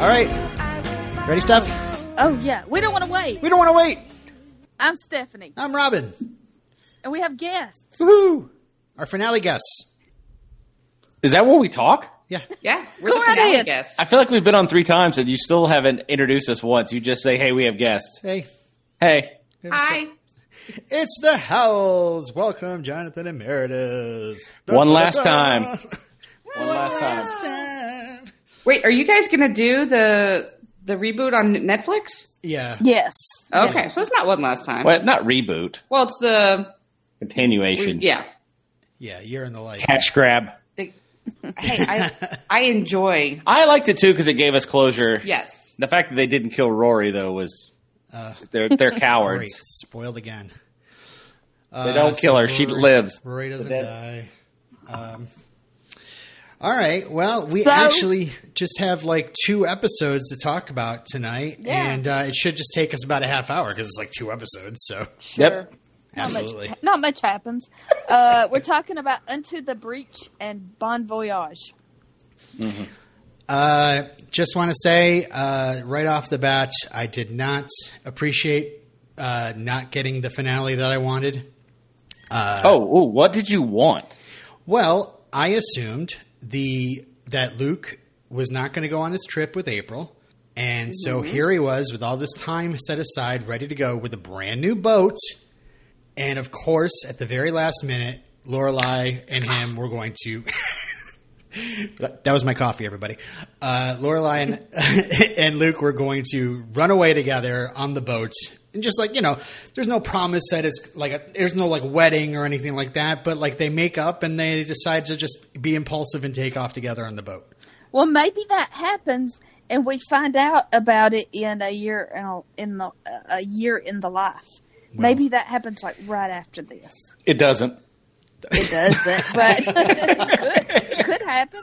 All right. Ready, Steph? Oh yeah, we don't want to wait. We don't want to wait. I'm Stephanie, I'm Robin. and we have guests. Woohoo! Our finale guests. Is that where we talk? Yeah. Yeah, we're Go the right finale ahead. guests. I feel like we've been on three times and you still haven't introduced us once. You just say, hey, we have guests. Hey. Hey. Hi. It's the Howls. Welcome, Jonathan and Meredith. One last time. One last time. last time. Wait, are you guys gonna do the the reboot on Netflix? Yeah. Yes. Okay, so it's not one last time. Well, not reboot, Well, it's the continuation. yeah. Yeah, you're in the light. Catch grab. The- hey, I I enjoy I liked it too because it gave us closure. yes. The fact that they didn't kill Rory, though, was. they're they're Great. cowards. Spoiled again. They don't kill her. She lives. Rory doesn't Dead. die. Um, all right. Well, we So- actually just have like two episodes to talk about tonight, Yeah. and uh, it should just take us about a half hour because it's like two episodes. So Yep. Not absolutely. much, not much happens. Uh, we're talking about Unto the Breach and Bon Voyage. Uh, just want to say uh, right off the bat, I did not appreciate uh, not getting the finale that I wanted. oh, ooh, what did you want? Well, I assumed the that Luke was not going to go on this trip with April, and so here he was with all this time set aside, ready to go with a brand new boat. And of course, at the very last minute, Lorelai and him were going to. that was my coffee, everybody. Uh, Lorelai and, and Luke were going to run away together on the boat, and just like you know, there's no promise that it's like a, there's no like wedding or anything like that. But like they make up and they decide to just be impulsive and take off together on the boat. Well, maybe that happens, and we find out about it in a year in, a- in the a year in the life. maybe that happens like right after this. It doesn't. It doesn't, but it could, could happen.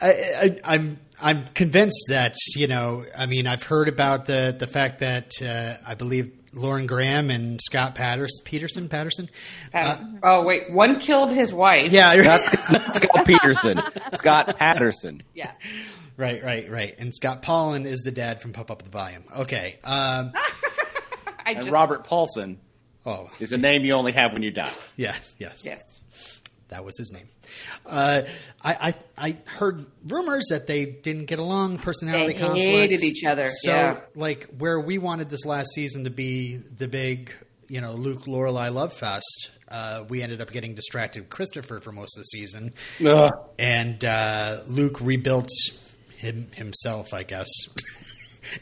I, I, I'm I'm convinced that you know. I mean, I've heard about the the fact that uh, I believe Lauren Graham and Scott Patterson, Peterson, Patterson. Um, oh wait, one killed his wife. Yeah, Scott Peterson. Scott Patterson. yeah. right, right, right. And Scott Pollen is the dad from Pump Up the Volume. Okay. Um, I And just Robert Paulson oh, is a name you only have when you die. yes, yes, yes. That was his name. Uh, I, I I heard rumors that they didn't get along, personality They conflict. hated each other, So, yeah. like, where we wanted this last season to be the big, you know, Luke Lorelai love fest, uh, we ended up getting distracted with Christopher for most of the season, and uh, Luke rebuilt him himself, I guess.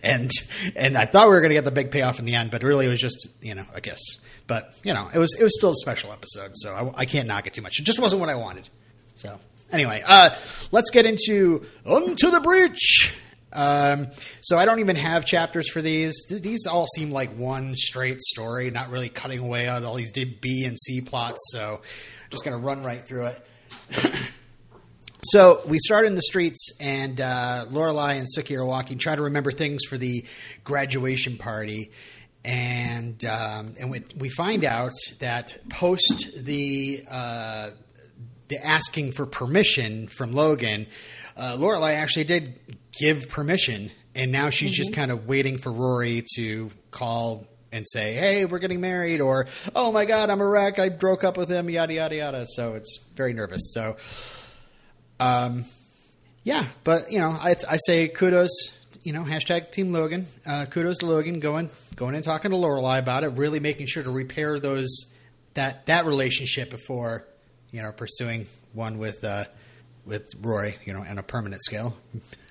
and and I thought we were going to get the big payoff in the end, but really it was just you know I guess. But you know it was it was still a special episode, so I, I can't knock it too much. It just wasn't what I wanted. So anyway, uh, let's get into unto the breach. Um, so I don't even have chapters for these. Th- These all seem like one straight story, not really cutting away on all these D- B and C plots. So I'm just going to run right through it. So we start in the streets, and uh, Lorelai and Suki are walking, trying to remember things for the graduation party, and um, and we, we find out that post the uh, the asking for permission from Logan, uh, Lorelai actually did give permission, and now she's just kind of waiting for Rory to call and say, "Hey, we're getting married," or "Oh my God, I'm a wreck. I broke up with him." Yada yada yada. So it's very nervous. So. Yeah, but you know, I, I say kudos. You know, hashtag Team Logan. Uh, kudos to Logan going going and talking to Lorelai about it. Really making sure to repair those that that relationship before you know pursuing one with uh, with Rory. You know, on a permanent scale.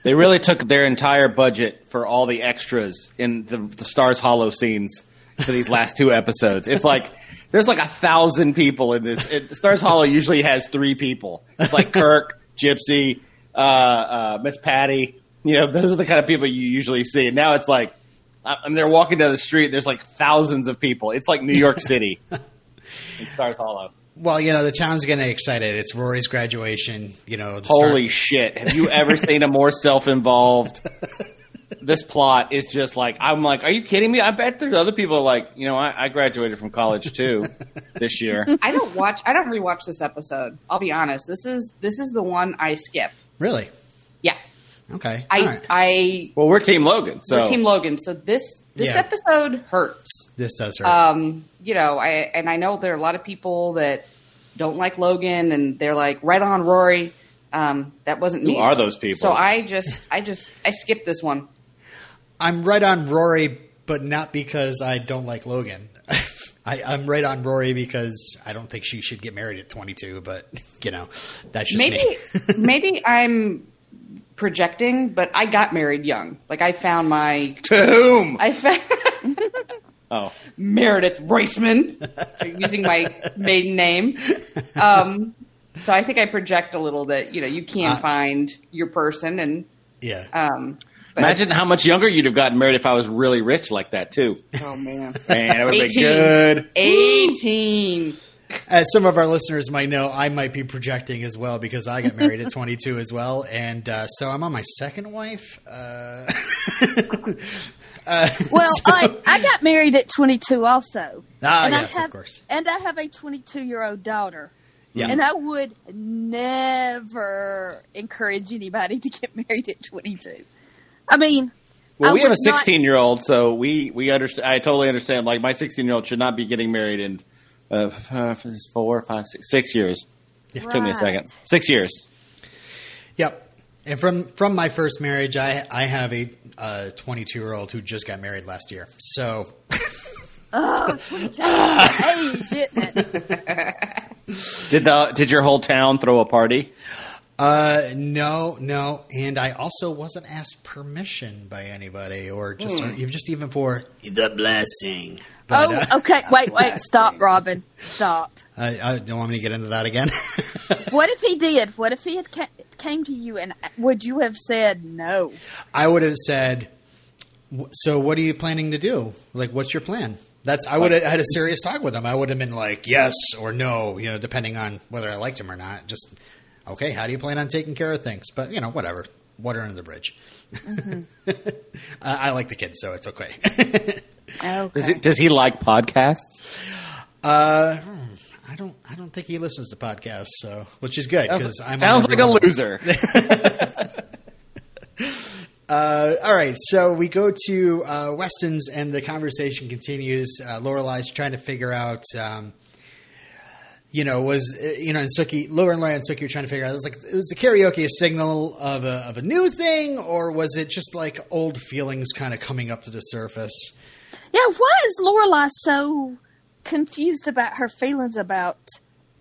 They really took their entire budget for all the extras in the, the Stars Hollow scenes for these last two episodes. It's like there's like a thousand people in this. It, Stars Hollow usually has three people. It's like Kirk, Gypsy, uh, uh, Miss Patty. You know, those are the kind of people you usually see. And now it's like, I, I mean, they're walking down the street. There's like thousands of people. It's like New York City in Stars Hollow. Well, you know, the town's getting excited. It's Rory's graduation. You know, the start- Holy shit. Have you ever seen a more self involved? This plot is just like, I'm like, are you kidding me? I bet there's other people like, you know, I, I graduated from college too this year. I don't watch I don't rewatch this episode. I'll be honest. This is this is the one I skip. really? Yeah. Okay. I All right. I Well, we're Team Logan, so we're Team Logan. So this this Yeah. episode hurts. this does hurt. Um, you know, I and I know there are a lot of people that don't like Logan, and they're like, right on, Rory. Um, that wasn't me. Who are those people? So I just I just I skipped this one. I'm right on Rory, but not because I don't like Logan. I, I'm right on Rory because I don't think she should get married at 22. But you know, that's just maybe me. maybe I'm projecting, but I got married young. Like I found my to whom? I found oh, Meredith Roisman using my maiden name. Um, so I think I project a little that you know you can Uh, find your person and Yeah. Uh. um, but imagine how much younger you'd have gotten married if I was really rich like that too. oh man Man, it would be 18. good. eighteen. as some of our listeners might know, I might be projecting as well because I got married at 22 as well, and uh, so I'm on my second wife. Uh, Well, I, I got married at 22 also. Ah, I yes, of have, course. And I have a 22 year old daughter. Yeah. And I would never encourage anybody to get married at 22. I mean, Well, I we have a would not- 16 year old, so we we understand. I totally understand. Like my 16 year old should not be getting married in uh, f- uh, f- four, five, six, six years. Took me a Right. second. Six years. Yep. And from from my first marriage, I I have a uh, 22 year old who just got married last year. So Oh, 22 age, isn't it? Did the did your whole town throw a party? uh, no, no. And I also wasn't asked permission by anybody, or just or even just even for Hmm. the blessing. But, uh, Oh, okay. Wait, wait. Stop, Robin. Stop. I, I don't want me to get into that again. What if he did? What if he had ca- came to you and would you have said no? I would have said, "W- "So, what are you planning to do? Like, what's your plan?" That's I would have had a serious talk with him. I would have been like, "Yes" or "No," you know, depending on whether I liked him or not. Just okay. How do you plan on taking care of things? But you know, whatever. Water under the bridge. Mm-hmm. I, I like the kids, so it's okay. Okay. Does it, does he like podcasts? uh, hmm, I don't. I don't think he listens to podcasts, so which is good because I'm on Sounds every like a level. loser. All right, so we go to uh, Weston's, and the conversation continues. Uh, Lorelai's trying to figure out, um, you know, was uh, you know, and Suki, Lorelai and Suki are trying to figure out. It was like, was the karaoke a signal of a of a new thing, or was it just like old feelings kind of coming up to the surface? Yeah, why is Lorelai so confused about her feelings about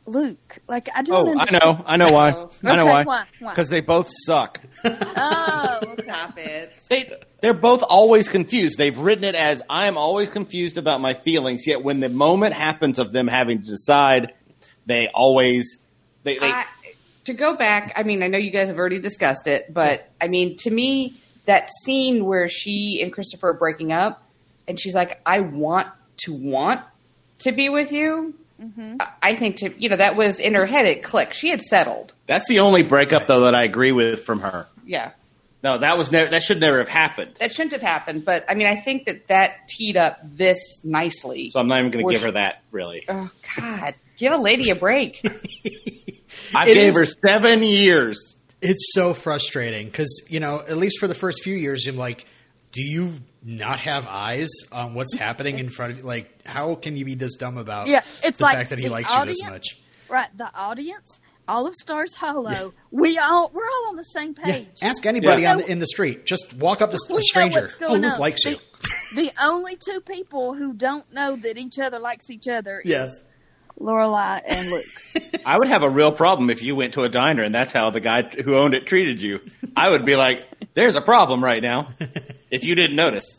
Luke? Like I don't. Oh, I understand. know. I know why. I know Okay, why. why? Why? Because they both suck. Oh, okay. Stop it. They they're both always confused. They've written it as I am always confused about my feelings. Yet when the moment happens of them having to decide, they always they, they I, to go back, I mean, I know you guys have already discussed it, but I mean, to me, that scene where she and Christopher are breaking up, and she's like, "I want to want to be with you." Mm-hmm. I, I think to you know that was in her head. It clicked. She had settled. that's the only breakup though that I agree with from her. Yeah, No, that was never that should never have happened. that shouldn't have happened, but I mean, I think that that teed up this nicely. So I'm not even going to Which- give her that really. oh God, give a lady a break. I It gave is- her seven years. It's so frustrating because you know, at least for the first few years, you're like, do you not have eyes on what's happening in front of you? Like, how can you be this dumb about Yeah, it's the like fact that he the likes you this audience- much? Right, the audience, all of Stars Hollow, we all we're all on the same Yeah, page. ask anybody Yeah. on the, in the street. Just walk up to We a stranger. know what's oh, going Luke on. likes the, you. the only two people who don't know that each other likes each other Yes. is Lorelai and Luke. I would have a real problem if you went to a diner and that's how the guy who owned it treated you. I would be like, "There's a problem right now." If you didn't notice,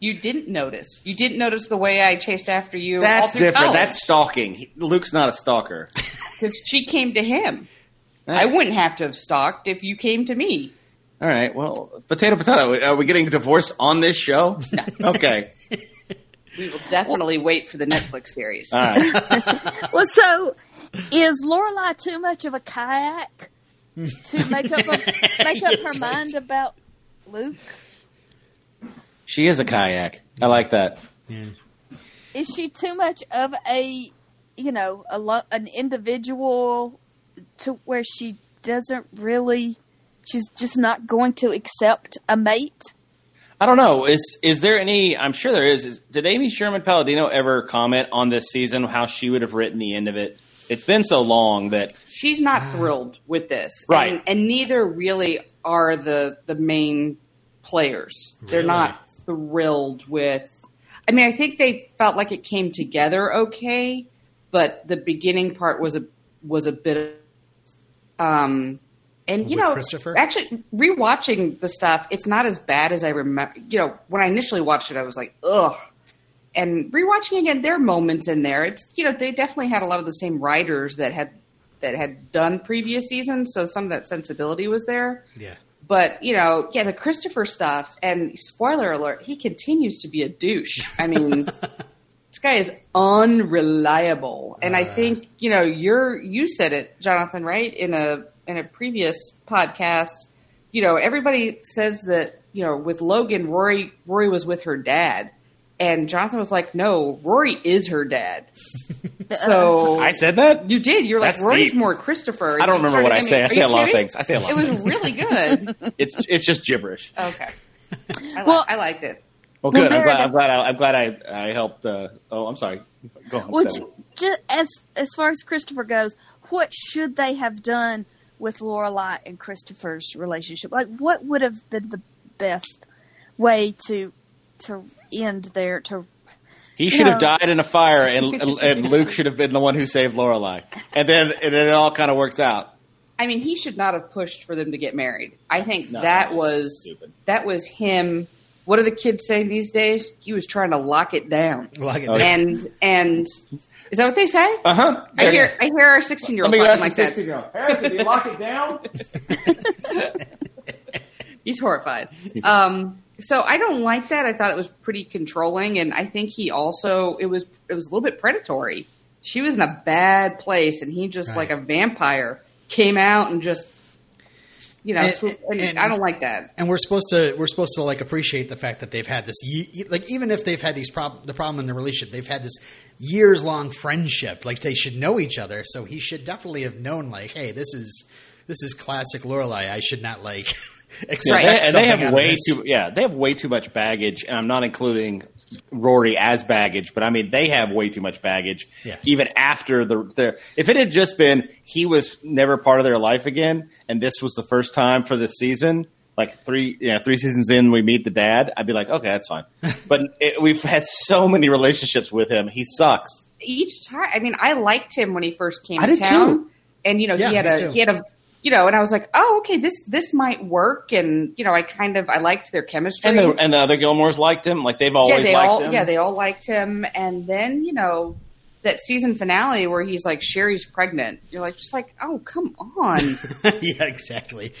You didn't notice. You didn't notice the way I chased after you. all that's through different. college. That's stalking. He- Luke's not a stalker. Because she came to him. I wouldn't have to have stalked if you came to me. All right. Well, potato, potato. Are we getting divorced on this show? Okay. We will definitely wait for the Netflix series. All right. Well, so is Lorelai too much of a kayak Hmm. to make up a, make up her mind about Luke? She is a kayak. I like that. Yeah. Is she too much of a you know a lo- an individual to where she doesn't really She's just not going to accept a mate. I don't know. Is is there any? I'm sure there is. is did Amy Sherman Palladino ever comment on this season how she would have written the end of it? It's been so long that She's not thrilled with this, Right. And, and neither really are the the main players. They're not thrilled with. I mean, I think they felt like it came together okay, but the beginning part was a was a bit. Of, um, and you With know, Christopher? actually rewatching the stuff, it's not as bad as I remember. You know, when I initially watched it, I was like, ugh. And rewatching again, there are moments in there. It's you know, they definitely had a lot of the same writers that had that had done previous seasons, so some of that sensibility was there. Yeah. But you know, yeah, the Christopher stuff, and spoiler alert, he continues to be a douche. I mean, this guy is unreliable, and Uh. I think you know you're you said it, Jonathan, right in a in a previous podcast. You know, everybody says that you know with Logan, Rory Rory was with her dad, and Jonathan was like, no, Rory is her dad. uh, so I said that. you did. You're like That's Rory's deep. more Christopher. I don't You remember what I mean, say. I are say you a lot of kidding? things. I say a lot It of was things. really good. It's it's just gibberish. Okay. I, Well- li- I liked it. Well, good. I'm there glad. it I'm glad. I, I'm glad I, I helped. Uh, oh, I'm sorry. Go on. Well, Sam. ju- ju- as as far as Christopher goes, what should they have done with Lorelai and Christopher's relationship? Like, what would have been the best way to to end their to? He should have No. died in a fire, and, and and Luke should have been the one who saved Lorelai. And then and then it all kind of works out. I mean, he should not have pushed for them to get married. I think No, that that's was stupid. that was him. What do the kids say these days? He was trying to lock it down. Lock it Oh, down. And and is that what they say? Uh huh. I hear I hear our sixteen year Let old me talking ask like the that. sixteen-year-old. Harrison, you lock it down. He's horrified. Um, so I don't like that. I thought it was pretty controlling, and I think he also it was it was a little bit predatory. She was in a bad place, and he just Right. like a vampire came out and just you know. And- swoop- and and- I don't like that. and we're supposed to we're supposed to like appreciate the fact that they've had this ye- ye- like even if they've had these problem the problem in the relationship they've had this years long friendship like they should know each other so he should definitely have known like hey this is this is classic Lorelai I should not like Yeah, expect they- and they something out have of way this. too yeah they have way too much baggage and i'm not including rory as baggage but i mean they have way too much baggage Yeah. even after the their if it had just been he was never part of their life again and this was the first time for this season like three yeah three seasons in we meet the dad i'd be like okay that's fine but it, we've had so many relationships with him he sucks Each time, I mean, I liked him when he first came I to did town, too. and you know Yeah, he had me a too. he had a you know, and I was like, oh okay, this this might work, and you know, I kind of I liked their chemistry. and the, and the other gilmores liked him like they've always yeah, they liked all, him Yeah, they all liked him. And then you know that season finale where he's like Sherry's pregnant. You're like just like oh come on, yeah exactly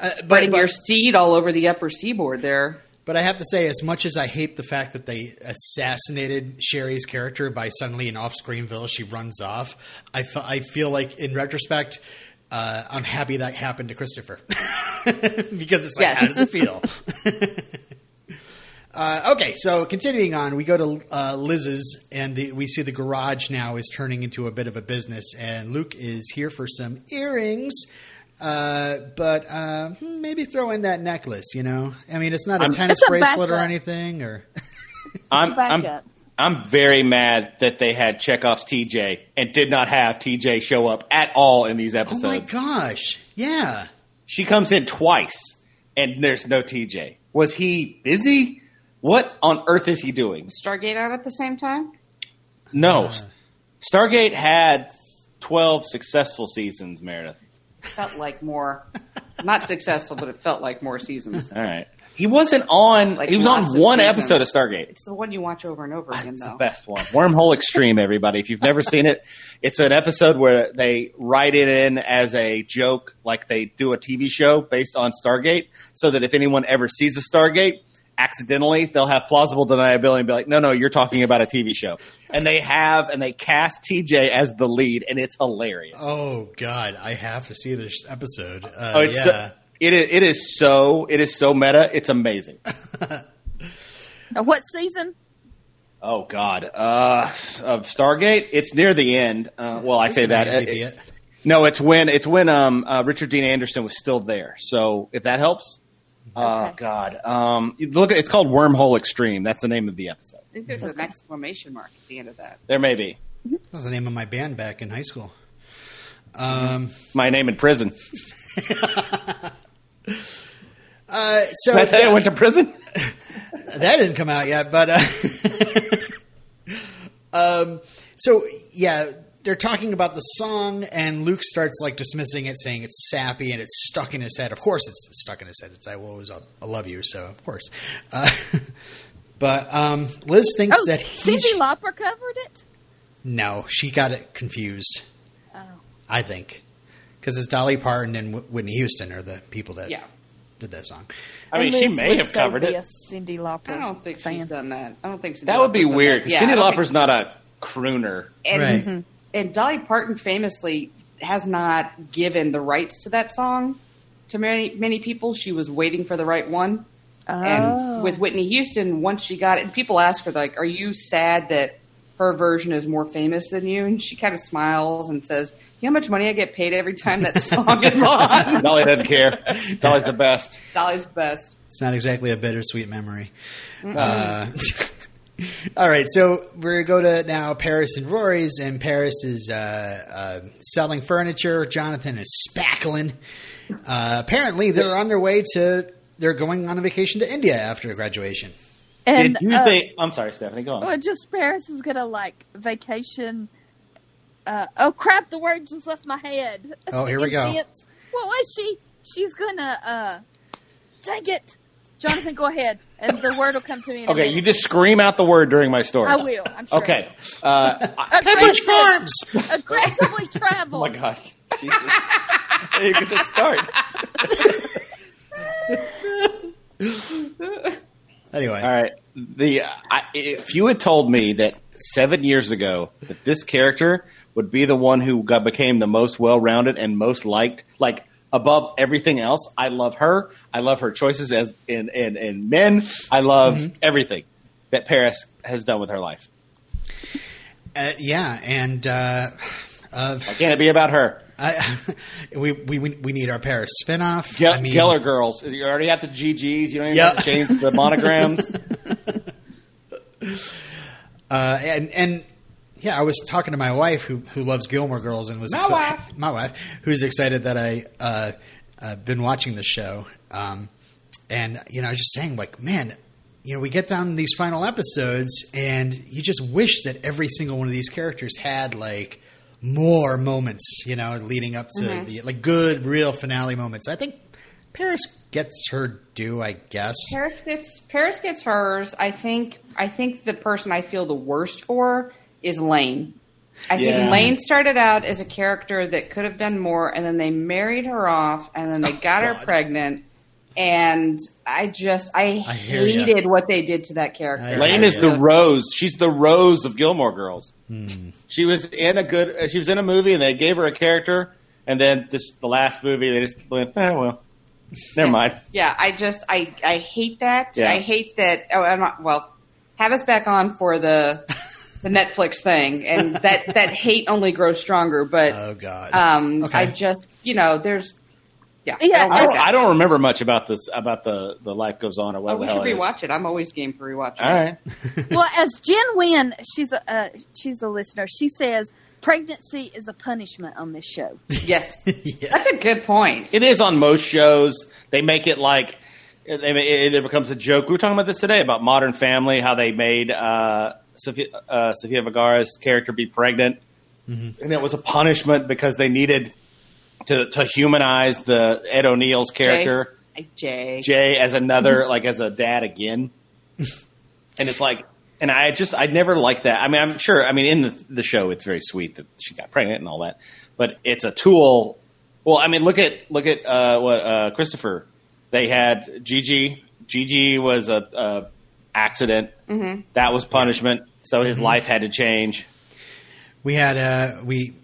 uh, but, spreading your but, seed all over the upper seaboard there. but I have to say as much as I hate the fact that they assassinated Sherry's character by suddenly in off Screenville she runs off I fe- I feel like in retrospect uh, I'm happy that happened to Christopher. because it's like, Yes. how does it feel? uh, okay, so continuing on, we go to uh, Liz's, and the, we see the garage now is turning into a bit of a business, and Luke is here for some earrings. Uh, but uh, hmm, maybe throw in that necklace, you know. I mean, it's not a tennis It's a bracelet or backup. anything, or I'm, Back I'm, up. I'm very mad that they had Chekhov's TJ and did not have TJ show up at all in these oh episodes. my gosh, yeah, She comes in twice and there's no TJ. Was he busy? What on earth is he doing? Stargate out at the same time. Oh No. Stargate had 12 successful seasons, Meredith. Felt like more, not successful, but it felt like more seasons. All right. He wasn't on, Like he was on lots of one seasons. episode of Stargate. It's the one you watch over and over again, It's the though. best one. Wormhole Extreme, everybody. If you've never seen it, it's an episode where they write it in as a joke, like they do a TV show based on Stargate, so that if anyone ever sees a Stargate accidentally, they'll have plausible deniability and be like, no, no, you're talking about a TV show. And they have, and they cast TJ as the lead, and it's hilarious. oh god, I have to see this episode. Uh, Oh, it's yeah. so- it, is, it is so, it is so meta. It's amazing. Now, uh, what season? Oh God, uh, of Stargate. It's near the end. Uh, well, I say that Maybe it. No, it's when it's when um, uh, Richard Dean Anderson was still there. So if that helps, oh Okay. god, um, you look, it's called Wormhole Extreme. That's the name of the episode. I think there's an exclamation mark at the end of that. There may be That was the name of my band back in high school. Um, my name in prison. uh, so That's how I went to prison. that didn't come out yet, but uh, um, so yeah, they're talking about the song, and Luke starts like dismissing it, saying it's sappy and it's stuck in his head. Of course, it's stuck in his head. It's I will always uh, I love you, so of course. Uh, but um, Liz thinks Oh, that he Cindy Lauper covered it. no, she got it confused. Oh. I think because it's Dolly Parton and Wh- Whitney Houston are the people that Yeah. did that song. I mean, And she Liz may would have so covered be it. A Cindy Lauper. I don't think fan. she's done that. I don't think Cyndi That would be Lauper's done weird that. because Yeah, I Cindy don't Lauper's think- not a crooner. and, Right. and Dolly Parton famously has not given the rights to that song to many many people. She was waiting for the right one. Oh. And with Whitney Houston, once she got it, and people ask her like, "Are you sad that her version is more famous than you?" And she kind of smiles and says, "You know how much money I get paid every time that song is on." Dolly doesn't care. Dolly's the best. Dolly's the best. It's not exactly a bittersweet memory. Uh, all right, so we're gonna go to now Paris and Rory's, and Paris is uh, uh, selling furniture. Jonathan is spackling. Uh, apparently, they're on their way to. They're going on a vacation to India after graduation. And Did you uh, think? I'm sorry, Stephanie. Go on. well, just Paris is gonna like vacation. Uh, oh crap! The word just left my head. Oh, here we go. Intense. What was she? She's gonna. uh Dang it, Jonathan. Go ahead, and the word will come to me. In okay, a you minute. just scream out the word during my story. I will. I'm sure. Okay. Uh, I- Pepperidge Aggressive- Farms. Aggressively oh travel. my god, Jesus! How you get to start? Anyway, All right. The uh, I, if you had told me that seven years ago that this character would be the one who got, became the most well-rounded and most liked, like above everything else, I love her. I love her choices as in in, in men. I love Mm-hmm. everything that Paris has done with her life. Uh, yeah, and uh, uh, Can it be about her? I, we, we we need our Paris spinoff. Ge- I mean, Geller girls. You already got the GGs. You don't even Yeah. have to change the monograms. Uh, and and yeah, I was talking to my wife who who loves Gilmore Girls and was My exci- wife. my wife who's excited that I uh, uh, been watching the show. Um, and you know, I was just saying like, man, you know, we get down to these final episodes, and you just wish that every single one of these characters had like more moments, you know, leading up to Mm-hmm. the like good real finale moments. I think Paris gets her due, I guess. Paris gets Paris gets hers. I think I think the person I feel the worst for is Lane. I Yeah. think Lane started out as a character that could have done more, and then they married her off, and then they got Oh, God. her pregnant. And I just I, I hear ya. hated what they did to that character. I- Lane Yeah. is the rose. She's the rose of Gilmore Girls. She was in a good. uh, She was in a movie, and they gave her a character, and then this the last movie they just went. Oh well, never mind. Yeah, I just I I hate that. Yeah. I hate that. Oh, I'm not, well, have us back on for the the Netflix thing, and that that hate only grows stronger. But Oh, God. um, Okay. I just you know there's yeah. Yeah, don't I like don't, that. I don't remember much about this about the the life goes on or Oh, whatever we the should hell it is. Uh, rewatch it. I'm always game for rewatching. All right, well, as Jen Wynn, she's a uh, she's a listener. She says pregnancy is a punishment on this show. Yes, Yeah. that's a good point. it is on most shows. They make it like. It, it, it becomes a joke. We were talking about this today about Modern Family, how they made uh, Sophia, uh, Sophia Vergara's character be pregnant, and it was a punishment because they needed to, to humanize the Ed O'Neill's character Jay. Jay. Jay as another, like as a dad again. and it's like, and I just I never liked that. I mean, I'm sure. I mean, in the, the show, it's very sweet that she got pregnant and all that, but it's a tool. Well, I mean, look at look at uh, what uh, Christopher. They had Gigi. Gigi was a, a accident. That was punishment. So his life had to change. We had a we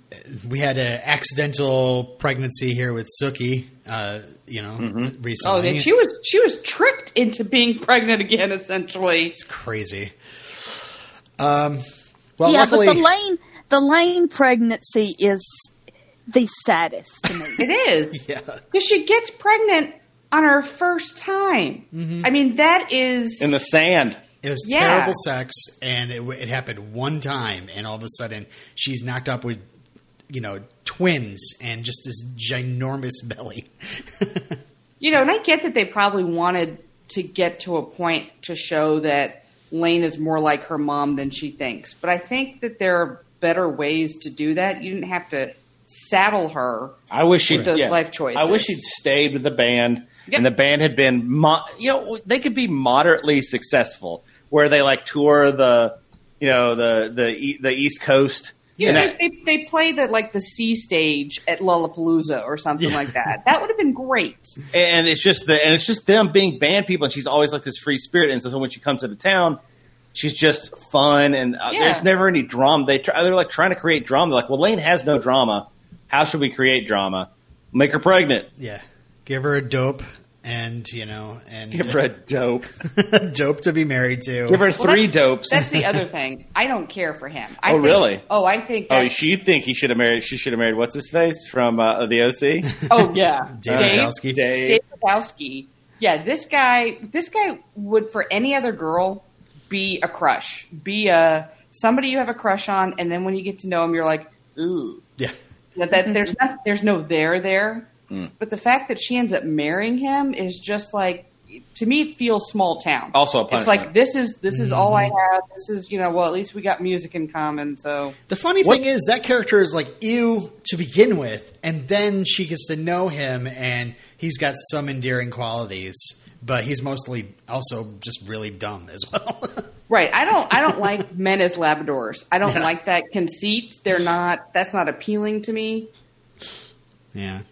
we had a accidental pregnancy here with Suki, uh, you know, Mm-hmm. recently. Oh, that she was she was tricked into being pregnant again. Essentially, crazy. Um, well, yeah, luckily, but the lane the lane pregnancy is the saddest to me. It is. Yeah. Because she gets pregnant on her first time. I mean, that is. in the sand. It was Yeah. terrible sex, and it, w- it happened one time, and all of a sudden she's knocked up with, you know, twins and just this ginormous belly. you know, and I get that they probably wanted to get to a point to show that Lane is more like her mom than she thinks. But I think that there are better ways to do that. You didn't have to saddle her. I wish she'd Those yeah. life choices. I wish she'd stayed with the band, Yep. and the band had been, mo- you know, they could be moderately successful, where they like tour the, you know, the the e- the East Coast. You And know, that- they, they, they play the like the C stage at Lollapalooza or something Yeah. like that. That would have been great. and it's just the and it's just them being band people and she's always like this free spirit and so when she comes into town she's just fun and uh, Yeah. there's never any drama they try, they're like trying to create drama They're like well lane has no drama how should we create drama make her pregnant yeah, give her a dope, and you know, and give her a dope dope to be married to. give her Well, three that's- dopes That's the other thing. I don't care for him. I Oh, think- really? Oh, I think. oh that- she think he should have married she should have married what's his face from uh, the oc oh yeah, Dave Radowski. Dave. Dave Radowski. Yeah, this guy. This guy would for any other girl be a crush, be a somebody you have a crush on, and then when you get to know him, you're like, ooh, yeah, that, that there's not, there's no there there. Hmm. But the fact that she ends up marrying him is just like to me it feels small town. Also a it's punishment. like this is this is all I have. This is you know well at least we got music in common. So The funny What- thing is that character is like ew to begin with, and then she gets to know him, and he's got some endearing qualities, but he's mostly also just really dumb as well. right, I don't I don't like men as Labradors. I don't like that conceit. They're not that's not appealing to me. yeah.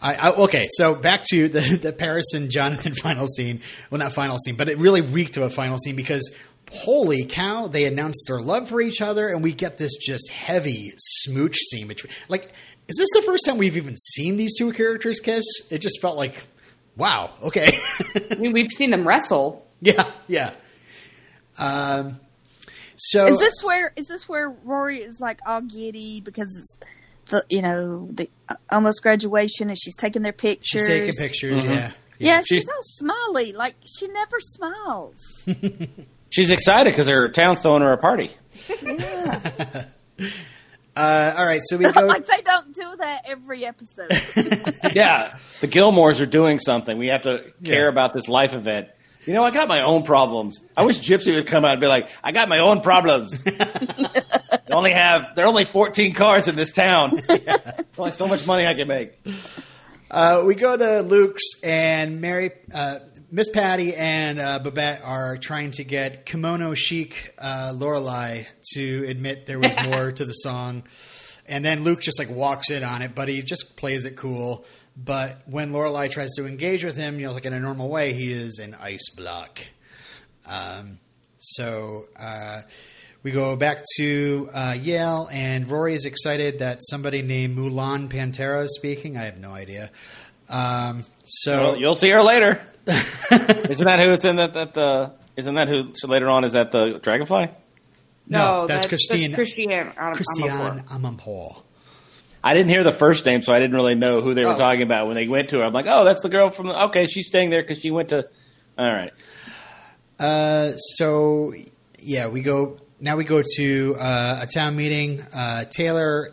I, I okay, so back to the the Paris and Jonathan final scene. Well, not final scene, but it really reeked of a final scene because holy cow, they announced their love for each other, and we get this just heavy smooch scene between. Like, is this the first time we've even seen these two characters kiss? It just felt like, wow, okay. I mean, we've seen them wrestle. Yeah, yeah. Um, so Is this where is this where Rory is like all giddy because it's the you know the uh, almost graduation and she's taking their pictures. she's taking pictures? Yeah, Yeah, she's, She's- all smiley. Like she never smiles. she's excited because her town's throwing her a party Uh, all right, so we go. like they don't do that every episode. yeah, the Gilmores are doing something. We have to care Yeah. about this life event. You know, I got my own problems. I wish Gypsy would come out and be like, "I got my own problems." they only have there are only fourteen cars in this town. only so much money I can make. uh, we go to Luke's and Mary, uh, Miss Patty, and uh, Babette are trying to get kimono chic uh, Lorelai to admit there was more to the song, and then Luke just like walks in on it, but he just plays it cool. But when Lorelai tries to engage with him, you know, like in a normal way, he is an ice block. Um, so uh, we go back to uh, Yale, and Rory is excited that somebody named Mulan Pantera is speaking. I have no idea. Um, so Well, you'll see her later. isn't that who it's in that, that the? Isn't that who so later on is that the dragonfly? no, that's, Christian. Christine. Christiane. I'm, Christiane I'm a Oh, whore. Amanpour. I didn't hear the first name, so I didn't really know who they were Oh. talking about when they went to her. I'm like, oh, that's the girl from. The, okay, she's staying there because she went to. All right. Uh, so yeah, we go now. We go to uh, a town meeting. Uh, Taylor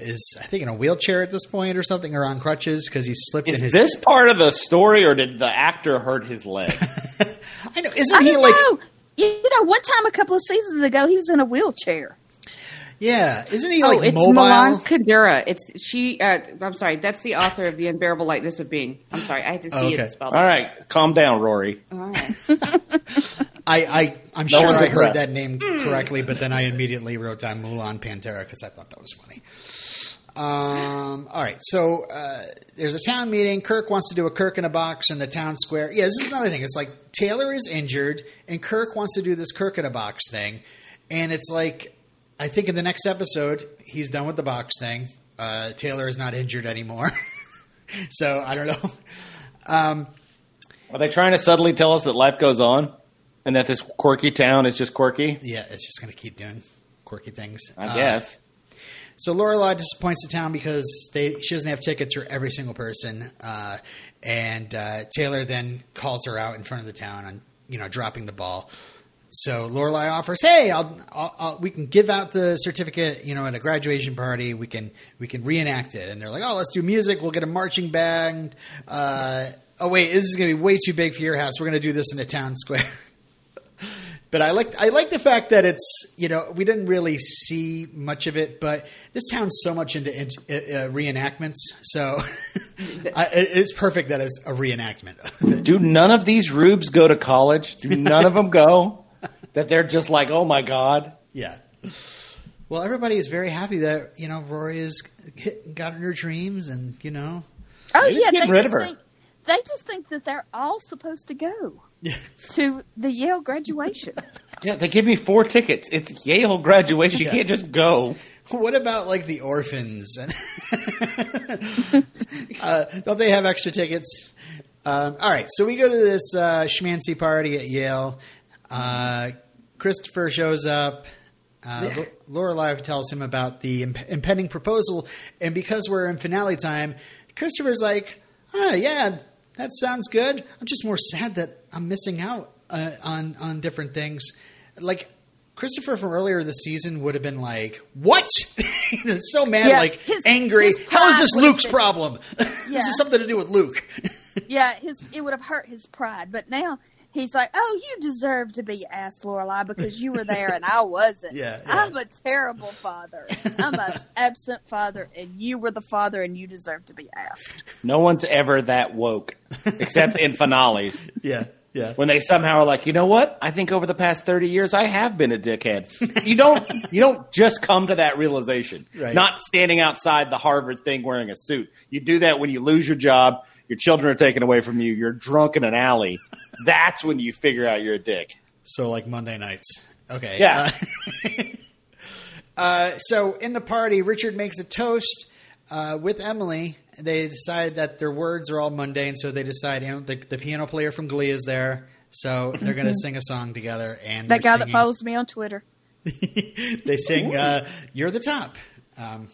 is, I think, in a wheelchair at this point or something, or on crutches because he slipped Is in his. this part of the story, or did the actor hurt his leg? I know. Isn't I he don't like? know. You know, one time a couple of seasons ago, he was in a wheelchair. Yeah, isn't he Oh, like it's mobile? Milan Kundera. It's she. Uh, I'm sorry. That's the author of the unbearable lightness of being. I'm sorry. I had to see Oh, okay. it spelled. All right, calm down, Rory. All right. I, I I'm No sure one's I impressed. heard that name correctly, but then I immediately wrote down Mulan Pantera because I thought that was funny. Um, all right, so uh, there's a town meeting. Kirk wants to do a Kirk in a box in the town square. Yeah, this is another thing. It's like Taylor is injured, and Kirk wants to do this Kirk in a box thing, and it's like I think in the next episode he's done with the box thing. Uh, Taylor is not injured anymore, so I don't know. Are they trying to subtly tell us that life goes on, and that this quirky town is just quirky? Yeah, it's just going to keep doing quirky things. I Uh, guess. So Lorelai disappoints the town because they she doesn't have tickets for every single person, uh, and uh, Taylor then calls her out in front of the town on you know dropping the ball. So Lorelai offers, "Hey, I'll, I'll, I'll we can give out the certificate, you know, at a graduation party. We can we can reenact it." And they're like, "Oh, let's do music. We'll get a marching band." Uh, oh wait, this is going to be way too big for your house. We're going to do this in a town square. but I like I like the fact that it's you know we didn't really see much of it, but this town's so much into in, uh, reenactments, so I, it's perfect that it's a reenactment. Do none of these rubes go to college? Do none of them go? That they're just like, oh my god. yeah. Well, everybody is very happy that you know Rory has hit, gotten her dreams, and you know Oh Maybe it's yeah, they getting rid just, of her. think, they just think that they're all supposed to go Yeah. to the Yale graduation. Yeah, they give me four tickets. It's Yale graduation. You Yeah. can't just go. What about like the orphans? And uh, don't they have extra tickets? Um, all right, so we go to this uh, schmancy party at Yale. Uh, Christopher shows up. Uh, Lo- Lorelai tells him about the imp- impending proposal, and because we're in finale time, Christopher's like, "Oh yeah, that sounds good. I'm just more sad that I'm missing out uh, on on different things." Like Christopher from earlier this season would have been like, "What?" He's so mad, Yeah, like his- angry. his How is pride this would have Luke's been- problem? Yeah. this is something to do with Luke. yeah, his it would have hurt his pride, but now he's like, "Oh, you deserve to be asked, Lorelai, because you were there and I wasn't. Yeah, yeah. I'm a terrible father. I'm a absent father, and you were the father, and you deserve to be asked." No one's ever that woke, except in finales yeah, yeah. when they somehow are like, you know what? I think over the past thirty years, I have been a dickhead. You don't, you don't just come to that realization. Right. Not standing outside the Harvard thing wearing a suit. You do that when you lose your job, your children are taken away from you, you're drunk in an alley. That's when you figure out you're a dick. So like Monday nights. Okay. Yeah. Uh, uh, so in the party, Richard makes a toast uh, with Emily. They decide that their words are all mundane, so they decide you know, the, the piano player from Glee is there, so they're going to sing a song together. And they're That guy that singing- follows me on Twitter. they sing uh, "You're the Top," um,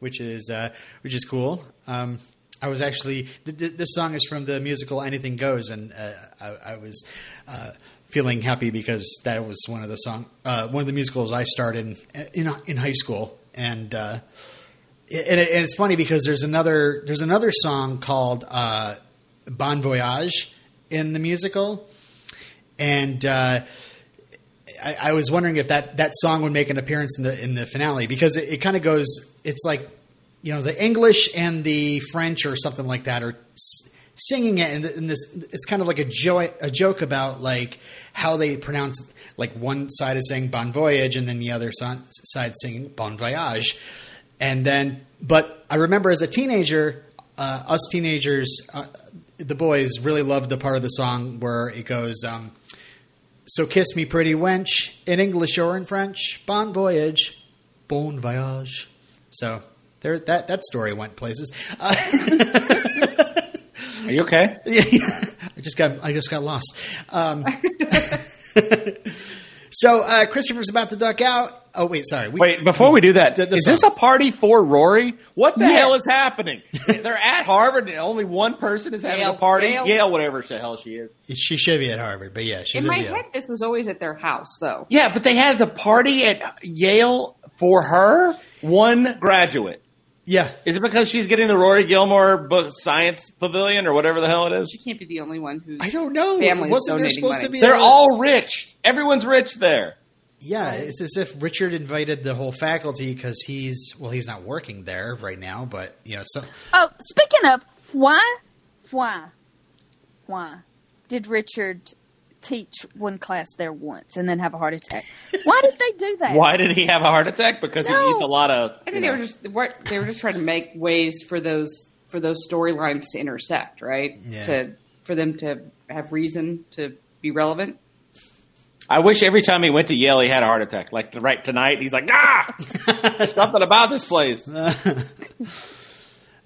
which is uh, which is cool. Um, I was actually th- th- this song is from the musical Anything Goes, and uh, I, I was uh, feeling happy because that was one of the song uh, one of the musicals I started in in, in high school, and. Uh, and, it, and it's funny because there's another there's another song called uh, "Bon Voyage" in the musical, and uh, I, I was wondering if that, that song would make an appearance in the in the finale because it, it kind of goes. It's like you know the English and the French or something like that are s- singing it, and, th- and this it's kind of like a joke a joke about like how they pronounce like one side is saying bon voyage and then the other son, side singing bon voyage, and then but I remember as a teenager, uh, us teenagers, uh, the boys really loved the part of the song where it goes. Um, so kiss me, pretty wench, in English or in French. Bon voyage, bon voyage. So there, that that story went places. Uh, Are you okay? I just got I just got lost. Um, so uh, Christopher's about to duck out. Oh wait, sorry. We, Wait, before we do that, Th- this is this a song. party for Rory? What the Yes. hell is happening? They're at Harvard and only one person is having Yale, a party. Yale. Yale, whatever the hell she is. she should be at Harvard, but yeah, she's In my at Yale. head, this was always at their house, though. Yeah, but they had the party at Yale for her, one graduate. Yeah, Is it because she's getting the Rory Gilmore book science pavilion or whatever the hell it She is? can't be the only one who's. I don't know. Family is Wasn't there donating supposed to money. be? They're a- all rich. Everyone's rich there. Yeah, it's as if Richard invited the whole faculty because he's well, he's not working there right now, but you know, so Oh, speaking of, why, why, why did Richard teach one class there once and then have a heart attack? Why did they do that? Why did he have a heart attack? Because he No. eats a lot of. I you think they know. were just what they were just trying to make ways for those for those storylines to intersect, right? Yeah. To for them to have reason to be relevant. I wish every time he went to Yale, he had a heart attack. Like right tonight, he's like, ah, there's something about this place.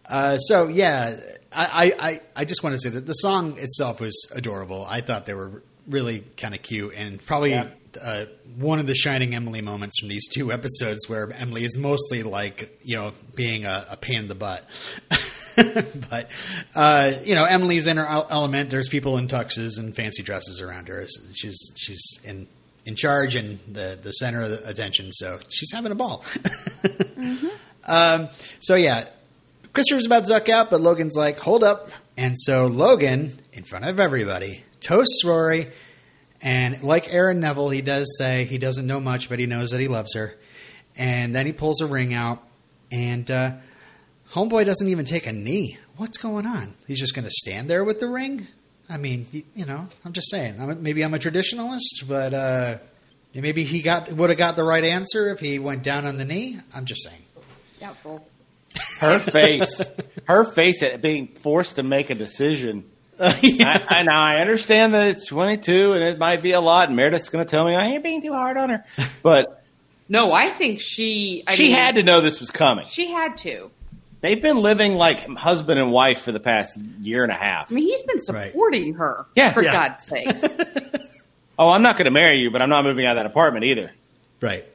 Uh, so yeah, I, I, I- I just want to say that the song itself was adorable. I thought they were really kind of cute and probably Yeah. uh, one of the shining Emily moments from these two episodes, where Emily is mostly like you know being a, a pain in the butt. but uh, you know Emily's in her el- element. There's people in tuxes and fancy dresses around her. She's she's in in charge and the the center of the attention. So she's having a ball. Um, so yeah, Christopher's about to duck out, but Logan's like, "Hold up!" And so Logan, in front of everybody, toasts Rory, and like Aaron Neville, he does say he doesn't know much, but he knows that he loves her. And then he pulls a ring out, and uh, Homeboy doesn't even take a knee. What's going on? He's just going to stand there with the ring. I mean, y- you know, I'm just saying. I'm, a- maybe I'm a traditionalist, but uh, maybe he got would have got the right answer if he went down on the knee. I'm just saying. Doubtful. Her face, her face at being forced to make a decision. I, I, now I understand that it's 22 and it might be a lot. And Meredith's going to tell me I ain't being too hard on her, but No, I think she. I she mean, had to know this was coming. She had to. They've been living like husband and wife for the past year and a half. I mean, he's been Right. supporting her. Yeah. for Yeah. God's sakes. Oh, I'm not going to marry you, but I'm not moving out of that apartment either. Right.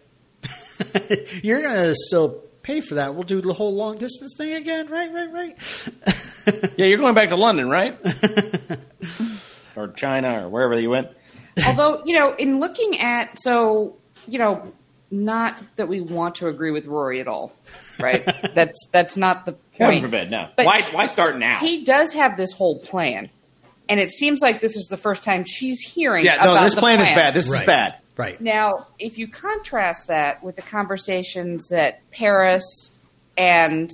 You're gonna still pay for that. We'll do the whole long distance thing again. Right, right, right. Yeah, you're going back to London, right? or China or wherever you went. Although, you know, in looking at, so, you know, not that we want to agree with Rory at all, right? that's that's not the Heaven point. forbid, no. But- why, why start now? He does have this whole plan, and it seems like this is the first time she's hearing. yeah, no, about this the plan, is bad. This Right. is bad. Right. Now, if you contrast that with the conversations that Paris and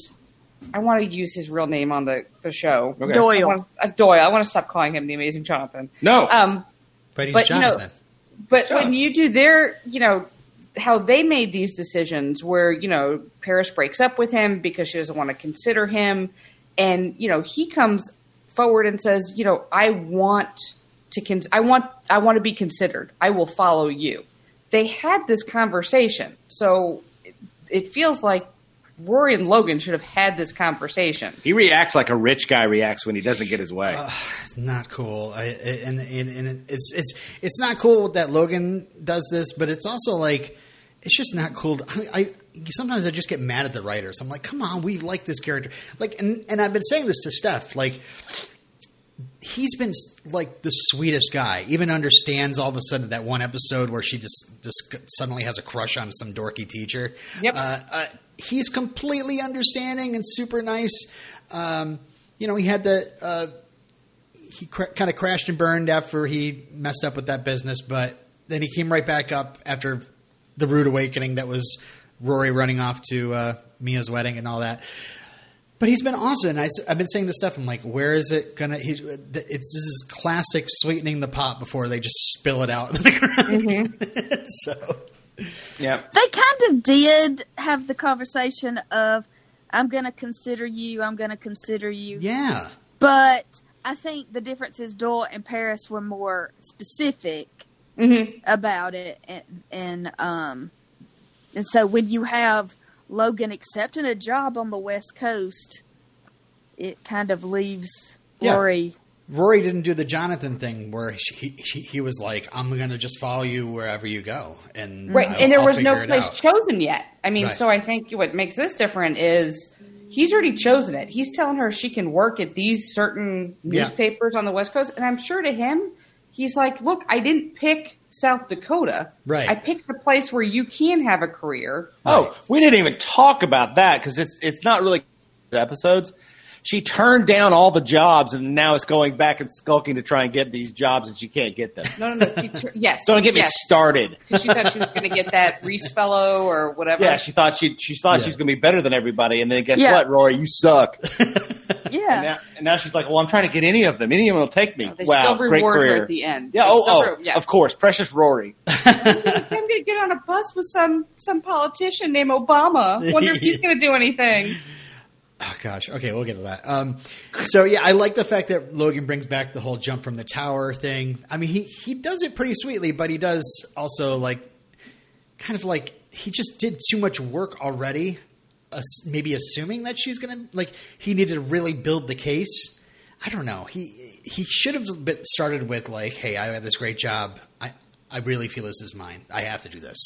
I want to use his real name on the, the show Okay. I Doyle. want to, uh, Doyle. I want to stop calling him the Amazing Jonathan. No. um, But he's But, you know- Jonathan. but Sure. when you do their, you know, how they made these decisions where, you know, Paris breaks up with him because she doesn't want to consider him. And, you know, he comes forward and says, you know, I want to, cons- I want, I want to be considered. I will follow you. They had this conversation. So it, it feels like Rory and Logan should have had this conversation. He reacts like a rich guy reacts when he doesn't get his Uh, way. It's not cool. I, I- and and, and it's it's it's not cool that Logan does this, but it's also like it's just not cool. to- I, I sometimes I just get mad at the writers. I'm like, come on, we like this character. Like, and and I've been saying this to Steph. Like, he's been like the sweetest guy. Even understands all of a sudden that one episode where she just, just suddenly has a crush on some dorky teacher. Yep. Uh, uh, he's completely understanding and super nice. Um, you know, he had the uh, he cra- kind of crashed and burned after he messed up with that business, but then he came right back up after the rude awakening that was Rory running off to uh, Mia's wedding and all that. But he's been awesome. I, have been saying this stuff. I'm like, where is it gonna? He's, it's this is classic sweetening the pot before they just spill it out. in the ground. Mm-hmm. so Yeah. They kind of did have the conversation of, I'm going to consider you, I'm going to consider you. yeah, But I think the difference is Doyle and Paris were more specific about it, and, and um, and so when you have Logan accepting a job on the West Coast, it kind of leaves Yeah. Lori. Rory didn't do the Jonathan thing where he he, he was like, I'm gonna just follow you wherever you go, and Right. I'll- and there Mm-hmm. I'll was figure no it place out. chosen yet. I mean, Right. so I think what makes this different is he's already chosen it. He's telling her she can work at these certain Yeah. newspapers on the West Coast. And I'm sure to him, he's like, look, I didn't pick South Dakota. Right. I picked the place where you can have a career. Oh, we didn't even talk about that because it's it's not really episodes. She turned down all the jobs and now is going back and skulking to try and get these jobs and she can't get them. No, no, no. She tur- yes. Don't get me started. Because she thought she was going to get that Reese fellow or whatever. Yeah, she thought she she thought Yeah. she was going to be better than everybody, and then guess Yeah. what, Rory, you suck. Yeah. And now, and now she's like, well, I'm trying to get any of them. Any of them will take me. they wow, still great reward her career. at the end. Yeah. They Oh, still oh, re- yeah. of course, precious Rory. I'm going to get on a bus with some some politician named Obama. Wonder if he's going to do anything. Oh gosh. Okay, we'll get to that. Um, so yeah, I like the fact that Logan brings back the whole jump from the tower thing. I mean, he he does it pretty sweetly, but he does also like kind of like he just did too much work already. As, maybe assuming that she's gonna like he needed to really build the case. I don't know. He he should have been- started with like, hey, I had this great job. I I really feel this is mine. I have to do this.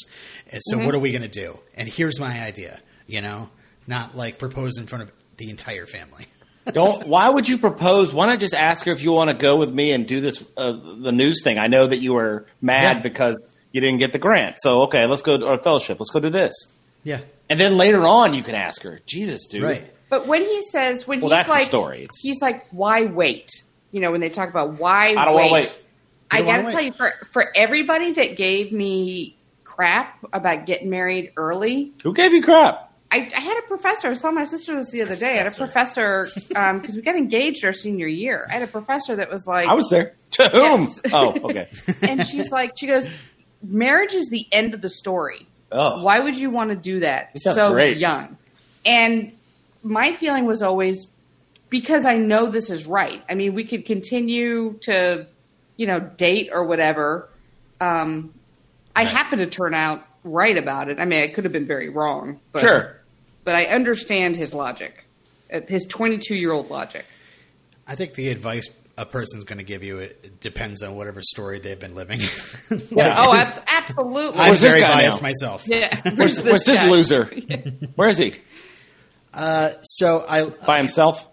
And so Mm-hmm. what are we going to do? And here's my idea. You know, not like propose in front of the entire family. Don't. Why would you propose? Why not just ask her if you want to go with me and do this uh, the news thing? I know that you were mad Yeah. because you didn't get the grant. So okay, let's go to our fellowship. Let's go do this, yeah, and then later on you can ask her. Jesus, dude. right. But when he says when Well, he's that's the like story. It's- he's like why wait? You know when they talk about why I don't wait. wanna wait. I don't wanna got to tell wait. you for for everybody that gave me crap about getting married early. Who gave you crap? I, I had a professor. I was telling my sister this the other day. I had a professor because we got engaged our senior year. I had a professor that was like, I was there. To whom? Yes. Oh, okay. and she's like, she goes, marriage is the end of the story. Oh. Why would you want to do that sounds so great. young? And my feeling was always because I know this is right. I mean, we could continue to, you know, date or whatever. Um, I Right. happen to turn out right about it. I mean, I could have been very wrong. But, Sure. But I understand his logic, uh, his 22 year old logic. I think the advice a person's going to give you it, it depends on whatever story they've been living. Oh, abs- absolutely. I'm Where's this very guy biased now? myself. yeah. Where's, where's this guy? loser? Where is he? So I By himself?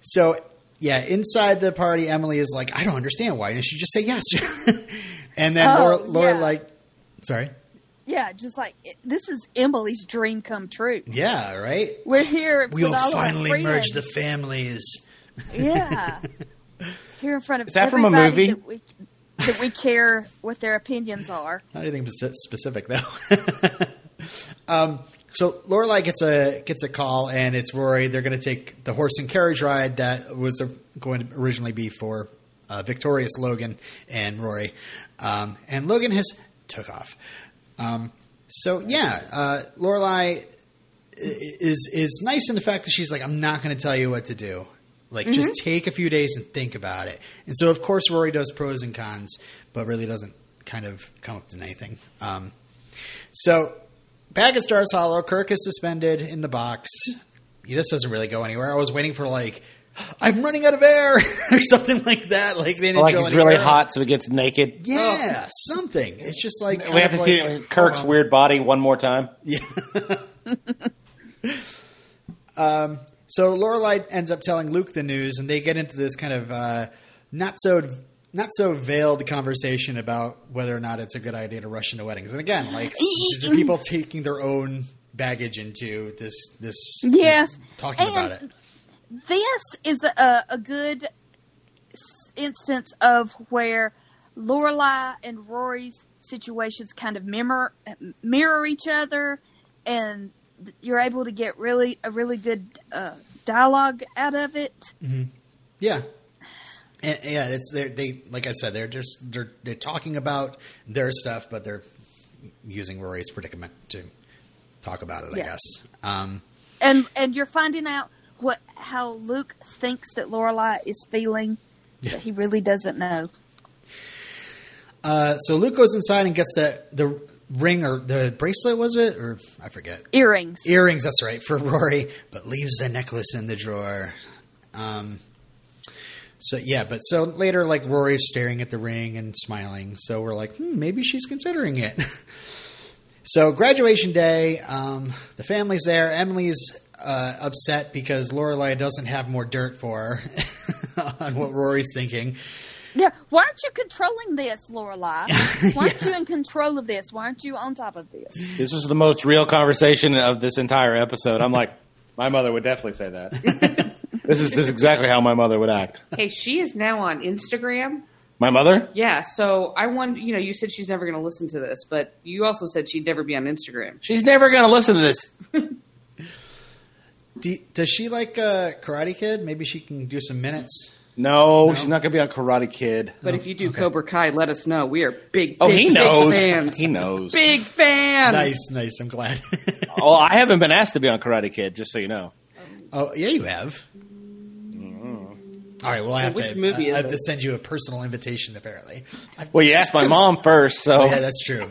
So yeah, inside the party, Emily is like, I don't understand why didn't she just say yes? and then Oh, Laura, Laura yeah. like, sorry, Yeah, just like it- this is Emily's dream come true. yeah, right. We're here. We'll with all of our finally merge the freedom. families. yeah. Here in front of Is that from a everybody movie? That we, that we care what their opinions are. Not anything spec- specific though. um, so Lorelai gets a gets a call, and it's Rory. They're going to take the horse and carriage ride that was going to originally be for uh, victorious Logan and Rory, um, and Logan has took off. Um, so yeah, uh, Lorelai is is nice in the fact that she's like, I'm not going to tell you what to do. Like, just take a few days and think about it. And so, of course, Rory does pros and cons, but really doesn't kind of come up to anything. Um, so, back at Stars Hollow, Kirk is suspended in the box. He just doesn't really go anywhere. I was waiting for like, I'm running out of air or something like that. Like they didn't Like show he's any really air. hot, so he gets naked. Yeah, something. It's just like We kind have to of see like- Kirk's weird body one more time. So Lorelai ends up telling Luke the news, and they get into this kind of uh, not so not so veiled conversation about whether or not it's a good idea to rush into weddings. And again, like these are people taking their own baggage into this this Yes. this talking about it. And- This is a, a good s- instance of where Lorelai and Rory's situations kind of mirror mirror each other, and you're able to get really a really good uh, dialogue out of it. Yeah. And, yeah, it's they're- they like I said, they're just they're they're talking about their stuff, but they're using Rory's predicament to talk about it. I Yeah. guess. Um, and and you're finding out what how Luke thinks that Lorelai is feeling, but he really doesn't know. Uh, so Luke goes inside and gets the the ring or the bracelet was it or I forget Earrings. earrings. That's right for Rory, but leaves the necklace in the drawer. Um, so yeah, but so later like Rory's staring at the ring and smiling. So we're like, hmm, maybe she's considering it. so graduation day, um, the family's there. Emily's uh, upset because Lorelai doesn't have more dirt for her on what Rory's thinking. yeah. Why aren't you controlling this, Lorelai? Why aren't you in control of this? Why aren't you on top of this? This was the most real conversation of this entire episode. I'm like, my mother would definitely say that. this is this is exactly how my mother would act. Hey, she is now on Instagram. My mother? Yeah, so I wonder, you know, you said she's never going to listen to this, but you also said she'd never be on Instagram. She's never going to listen to this. Do, does she like uh, Karate Kid? Maybe she can do some minutes. No, she's not going to be on Karate Kid. But if you do Cobra Kai, let us know. We are big, big, Oh, he big knows. fans. He knows. Big fans. Nice, nice. I'm glad. Well, I haven't been asked to be on Karate Kid, just so you know. oh, yeah, you have. All right. Well, I have Mm-hmm. Which to. movie I- is I have to it? send you a personal invitation. Apparently. I've- Well, you asked my mom first, so Yeah, that's true.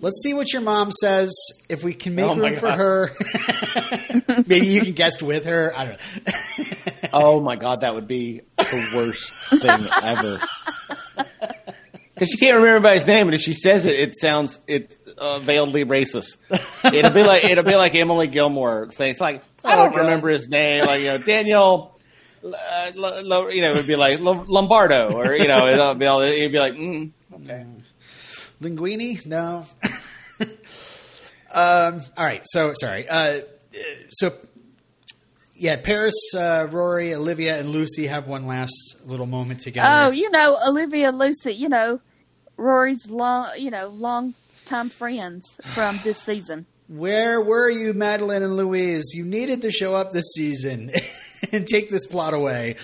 Let's see what your mom says. If we can make Oh, my room for God. her, maybe you can guest with her. I don't know. oh my god, that would be the worst thing ever. because she can't remember everybody's name, and if she says it, it sounds it uh, veiledly racist. It'll be like it'll be like Emily Gilmore saying, "It's like I Oh, don't God. remember his name." Like you know, Daniel. Uh, Lo- Lo- you know, it'd be like Lo- Lombardo, or you know, it'll be all. It'd be like, mm, okay, Linguini? No. um, all right. So sorry. Uh, so yeah, Paris, uh, Rory, Olivia, and Lucy have one last little moment together. Oh, you know, Olivia and Lucy, you know, Rory's long, you know, long time friends from this season. Where were you, Madeline and Louise? You needed to show up this season and take this plot away.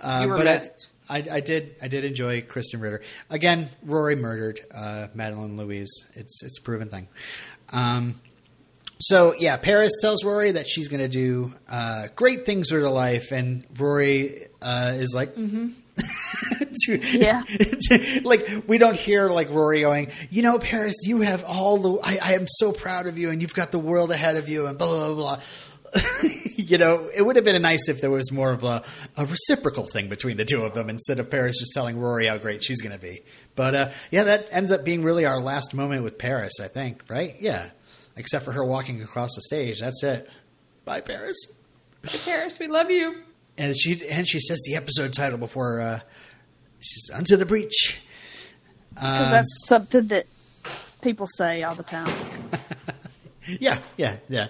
Uh, You were but I- missed. I, I did. I did enjoy Kristen Ritter again. Rory murdered uh, Madeline Louise. It's it's a proven thing. Um, so yeah, Paris tells Rory that she's going to do uh, great things with her life, and Rory uh, is like, mm-hmm. Yeah. like we don't hear like Rory going, you know, Paris, you have all the. I, I am so proud of you, and you've got the world ahead of you, and blah blah blah. you know, it would have been nice if there was more of a, a reciprocal thing between the two of them instead of Paris just telling Rory how great she's going to be. But uh, yeah, that ends up being really our last moment with Paris, I think. Right? Yeah. Except for her walking across the stage. That's it. Bye, Paris Paris, we love you. and she and she says the episode title before uh, she's unto the breach. Because Um, that's something that people say all the time. yeah, yeah, yeah.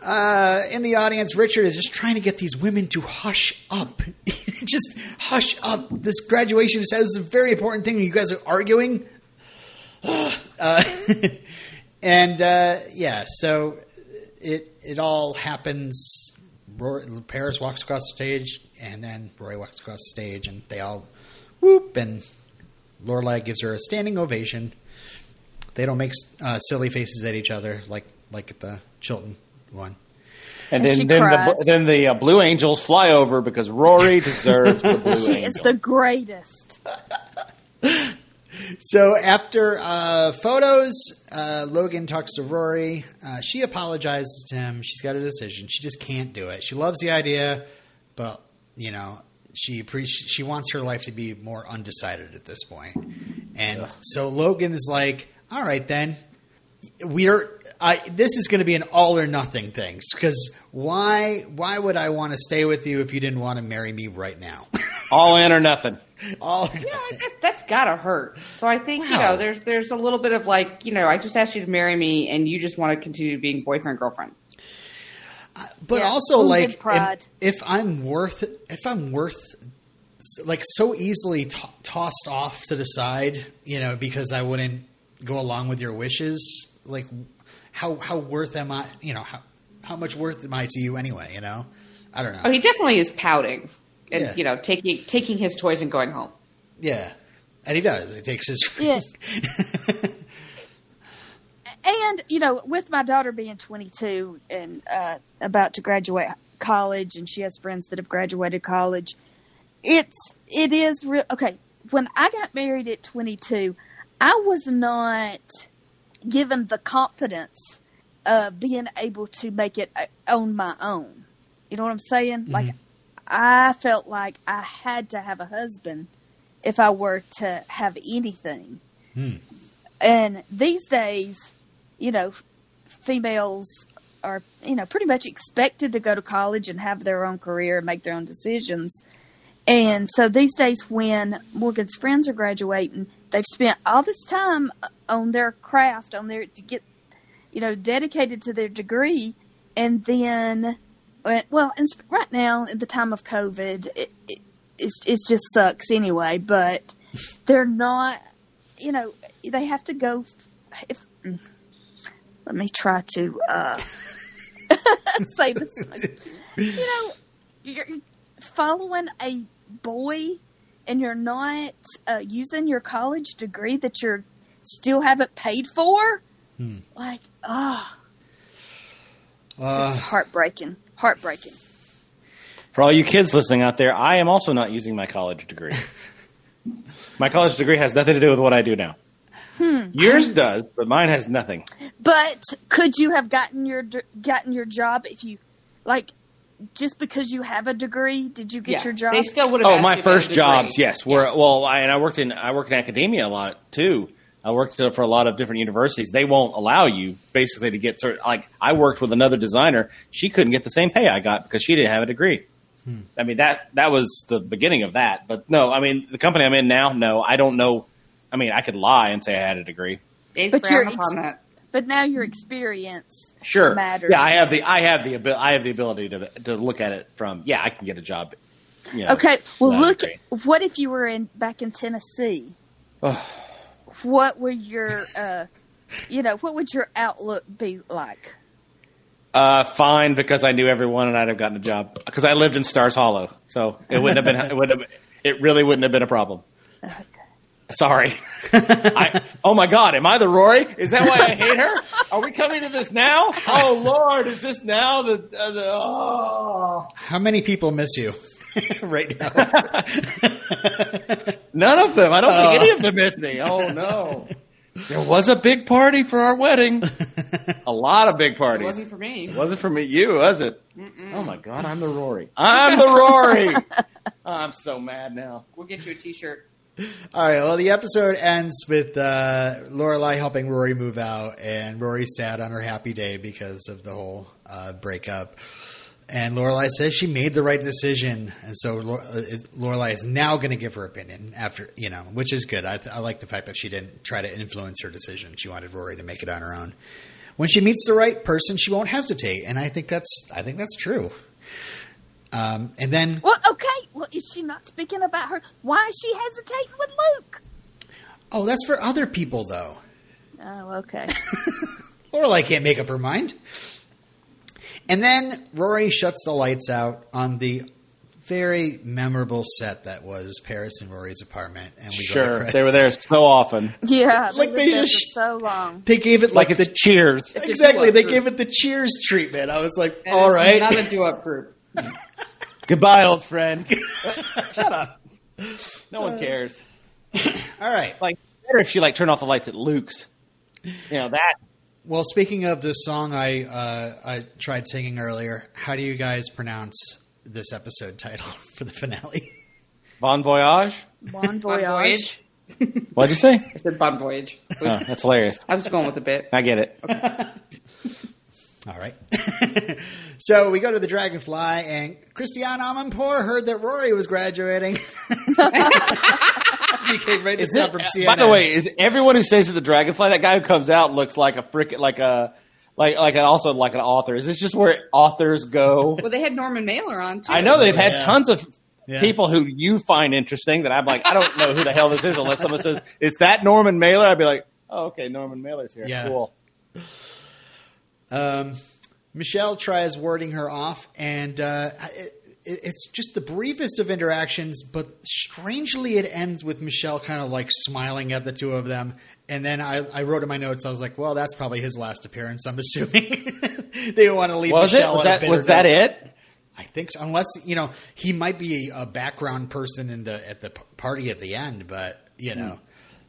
Uh, in the audience, Richard is just trying to get these women to hush up. just hush up. This graduation says is a very important thing. and You guys are arguing. uh, and uh, yeah, so it it all happens. Rory, Paris walks across the stage, and then Roy walks across the stage, and they all whoop, and Lorelai gives her a standing ovation. They don't make uh, silly faces at each other like like at the Chilton one. and And she then then the, cries. bl- then the uh, Blue Angels fly over because Rory deserves the Blue She Angel. is the greatest. So after uh, photos, uh, Logan talks to Rory. Uh, she apologizes to him. She's got a decision. She just can't do it. She loves the idea, but you know she appreci- she wants her life to be more undecided at this point. And so Logan is like, "All right, then we're I, this is going to be an all or nothing thing because why why would I want to stay with you if you didn't want to marry me right now? All in or nothing. all or You know, nothing. what? that, that's gotta hurt. So I think you Wow. know, there's there's a little bit of like, you know, I just asked you to marry me, and you just want to continue being boyfriend girlfriend. but Yeah, also wounded like if- pride. If, I'm worth if I'm worth like so easily to- tossed off to the side, you know, because I wouldn't go along with your wishes, like how how worth am I, you know, how how much worth am I to you anyway, you know? I don't know. Oh, he definitely is pouting, and Yeah. you know, taking taking his toys and going home. yeah. And he does. He takes his Yeah. and you know with my daughter being 22 and uh, about to graduate college and she has friends that have graduated college it's it is real okay when i got married at 22 i was not given the confidence of being able to make it uh, on my own you know what i'm saying like i felt like i had to have a husband if i were to have anything and these days, you know, f- females are, you know, pretty much expected to go to college and have their own career and make their own decisions. And so these days, when Morgan's friends are graduating, they've spent all this time on their craft, on their to get, you know, dedicated to their degree, and then, uh, well, and s- right now at the time of COVID, it, it it's, it just sucks anyway. But they're not, you know, they have to go. f- If let me try to uh, say this, you know, you're following a boy, and you're not uh, using your college degree that you're still haven't paid for. Like, ah, it's Uh, just heartbreaking, heartbreaking. For all you kids listening out there, I am also not using my college degree. my college degree has nothing to do with what I do now. Yours does, but mine has nothing. But could you have gotten your gotten your job if you like just because you have a degree, did you get Yeah. your job? They still would have. Oh, asked my you about first a degree. jobs, yes, were well, I, and I worked in I worked in academia a lot too. I worked uh, for a lot of different universities. They won't allow you basically to get certain. Like I worked with another designer, she couldn't get the same pay I got because she didn't have a degree. I mean that that was the beginning of that. But no, I mean the company I'm in now, no, I don't know. I mean I could lie and say I had a degree. They But frown you're upon ex- that. but now your experience Sure, matters. yeah, I have the I have the abi- I have the ability to to look at it from yeah, I can get a job. you know, Okay. Well, without a look. degree. What if you were in back in Tennessee? What would your, uh, you know, what would your outlook be like? Uh, fine, because I knew everyone and I'd have gotten a job because I lived in Stars Hollow, so it wouldn't have been. It, wouldn't have, it really wouldn't have been a problem. Sorry. I, oh my God, am I the Rory? Is that why I hate her? Are we coming to this now? Oh Lord, is this now the? Uh, the oh. How many people miss you right now? None of them. I don't think any of them missed me. Oh no. There was a big party for our wedding. A lot of big It parties. wasn't for me. Wasn't from you, was it? Oh my God, I'm the Rory. I'm the Rory. I'm so mad now. We'll get you a T-shirt. All right. Well, the episode ends with uh, Lorelai helping Rory move out, and Rory's sad on her happy day because of the whole uh, breakup. And Lorelai says she made the right decision, and so Lore- uh, Lorelai is now going to give her opinion after you know, which is good. I, I like the fact that she didn't try to influence her decision. She wanted Rory to make it on her own. When she meets the right person, she won't hesitate, and I think that's I think that's true. Um, and then Well, okay. Well, is she not speaking about her? Why is she hesitating with Luke? oh, that's for other people though. Oh, okay. Lorelai can't make up her mind. And then Rory shuts the lights out on the very memorable set that was Paris and Rory's apartment. And we go to Sure, credits. they were there so often. Yeah, Like, been they there just- for so long. They gave it Like like, it's the Cheers. exactly. They two-up gave it the Cheers treatment. I was like, That all is right, Not a do-up group. Goodbye, old friend. Shut up. No Uh. one cares. all right. Like better if she like turned off the lights at Luke's. You know that. Well, speaking of this song, I uh, I tried singing earlier. How do you guys pronounce this episode title for the finale? Bon voyage. Bon Bon voyage. What'd you say? I said bon voyage. It Oh, was- Uh-huh. that's hilarious. I was going with a bit. I get it. All right. so we go to the Dragonfly, and Christiane Amanpour heard that Rory was graduating. she came right this down from CNN. uh, By the way, is everyone who stays at the Dragonfly that guy who comes out looks like a frickin' like a like like an, also like an author? Is this just where authors go? Well, they had Norman Mailer on too. I know they've had Yeah. tons of Yeah. people who you find interesting that I'm like, I don't know who the hell this is unless someone says, Is that Norman Mailer? I'd be like, Oh, okay, Norman Mailer's here. Yeah. Cool. um, Michelle tries warding her off, and uh, it, it- it's just the briefest of interactions. But strangely, it ends with Michelle kind of like smiling at the two of them. And then I, I wrote in my notes, I was like, "Well, that's probably his last appearance." I'm assuming they want to leave Was Michelle. it? Was on a that, bitter was that note. it? I think so. Unless you know, he might be a background person in the at the p- party at the end, but you know,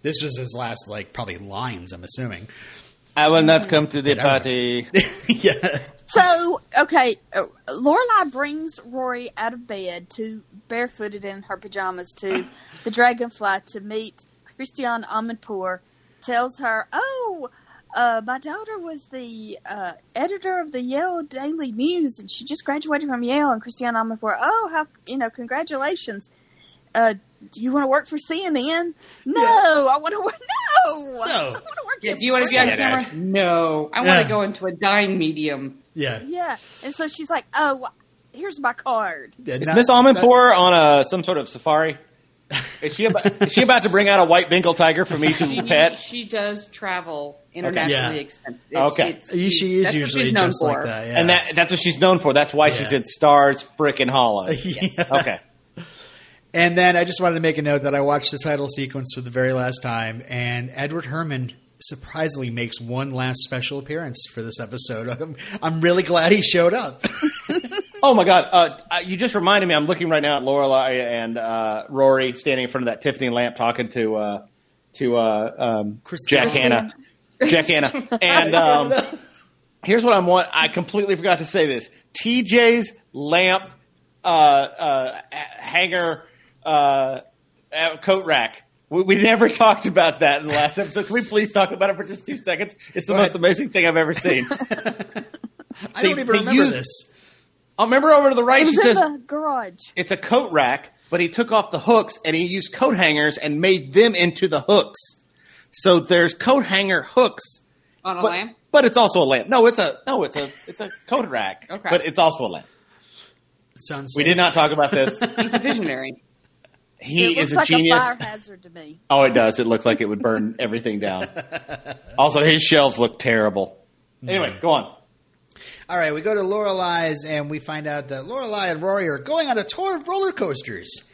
this was his last like probably lines. I'm assuming. I will not come to the Did I- party. yeah. So, okay, uh, Lorelai brings Rory out of bed to barefooted in her pajamas to the Dragonfly to meet Christiane Amanpour. Tells her, "Oh, uh, my daughter was the uh, editor of the Yale Daily News, and she just graduated from Yale." And Christiane Amanpour, "Oh, how you know? Congratulations." Uh, do you want to work for CNN? No, I want to work. No, no. I want to work. Yeah, at do you want to be on Yeah, camera? No, I want Yeah. to go into a dying medium. Yeah. Yeah, and so she's like, "Oh, here's my card." Is Miss Almanpour on a some sort of safari? Is she about, is she about to bring out a white Bengal tiger for me She, to pet? she does travel internationally. Yeah. extent- Okay. She, she is that's what usually she's known just for. like that. Yeah. And that, that's what she's known for. That's why she's Yeah. in Stars Frickin' Hollow. Yeah. Okay. And then I just wanted to make a note that I watched the title sequence for the very last time, and Edward Herman surprisingly makes one last special appearance for this episode. I'm, I'm really glad he showed up. Oh my God! Uh, uh, you just reminded me. I'm looking right now at Lorelai and uh, Rory standing in front of that Tiffany lamp, talking to uh, to uh, um, Christine. Jack Hanna. Jack Hanna, and um, here's what I'm want. I completely forgot to say this. TJ's lamp uh, uh, h- hanger uh, uh, coat rack. We, we never talked about that in the last episode. Can we please talk about it for just two seconds? It's the Go most ahead. amazing thing I've ever seen. I They- don't even they remember used- this. I'll remember over to the It right. was She in says the garage. it's a coat rack, but he took off the hooks and he used coat hangers and made them into the hooks. So there's coat hanger hooks on a but, lamp. But it's also a lamp. No, it's a no, it's a it's a coat rack. Okay. But it's also a lamp. It sounds. We did not talk about this. He's a visionary. He it is looks a like genius. a fire hazard to me. oh, it does. It looks like it would burn everything down. Also, his shelves look terrible. Anyway, go on. All right, we go to Lorelai's and we find out that Lorelai and Rory are going on a tour of roller coasters.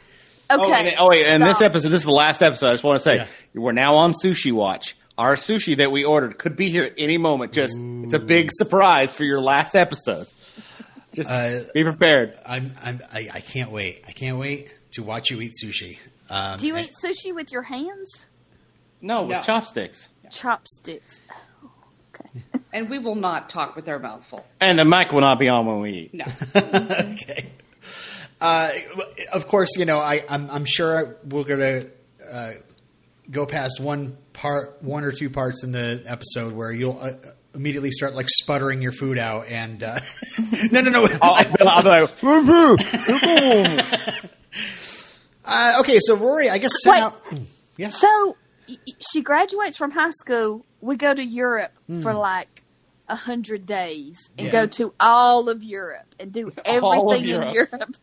Okay. Oh, and, oh, wait, and this stop. episode, this is the last episode. I just want to say Yeah. we're now on Sushi Watch. Our sushi that we ordered could be here at any moment. Just it's a big surprise for your last episode. Just Uh, be prepared. I'm, I'm, I, I can't wait. I can't wait to watch you eat sushi. Um, Do you and- eat sushi with your hands? No, with No. chopsticks. Chopsticks. And we will not talk with our mouth full. And the mic will not be on when we eat. No. okay. Uh, of course, you know I, I'm, I'm sure we're gonna uh, go past one part, one or two parts in the episode where you'll uh, immediately start like sputtering your food out, and uh, no, no, no. I'll, I'll be like, "Woo, woo, woo, woo." Uh, okay, so Rory, I guess sent Wait. out. Yeah. So y- y- she graduates from high school. We go to Europe Hmm. for like a hundred days and Yeah. go to all of Europe and do All of everything in Europe. Europe.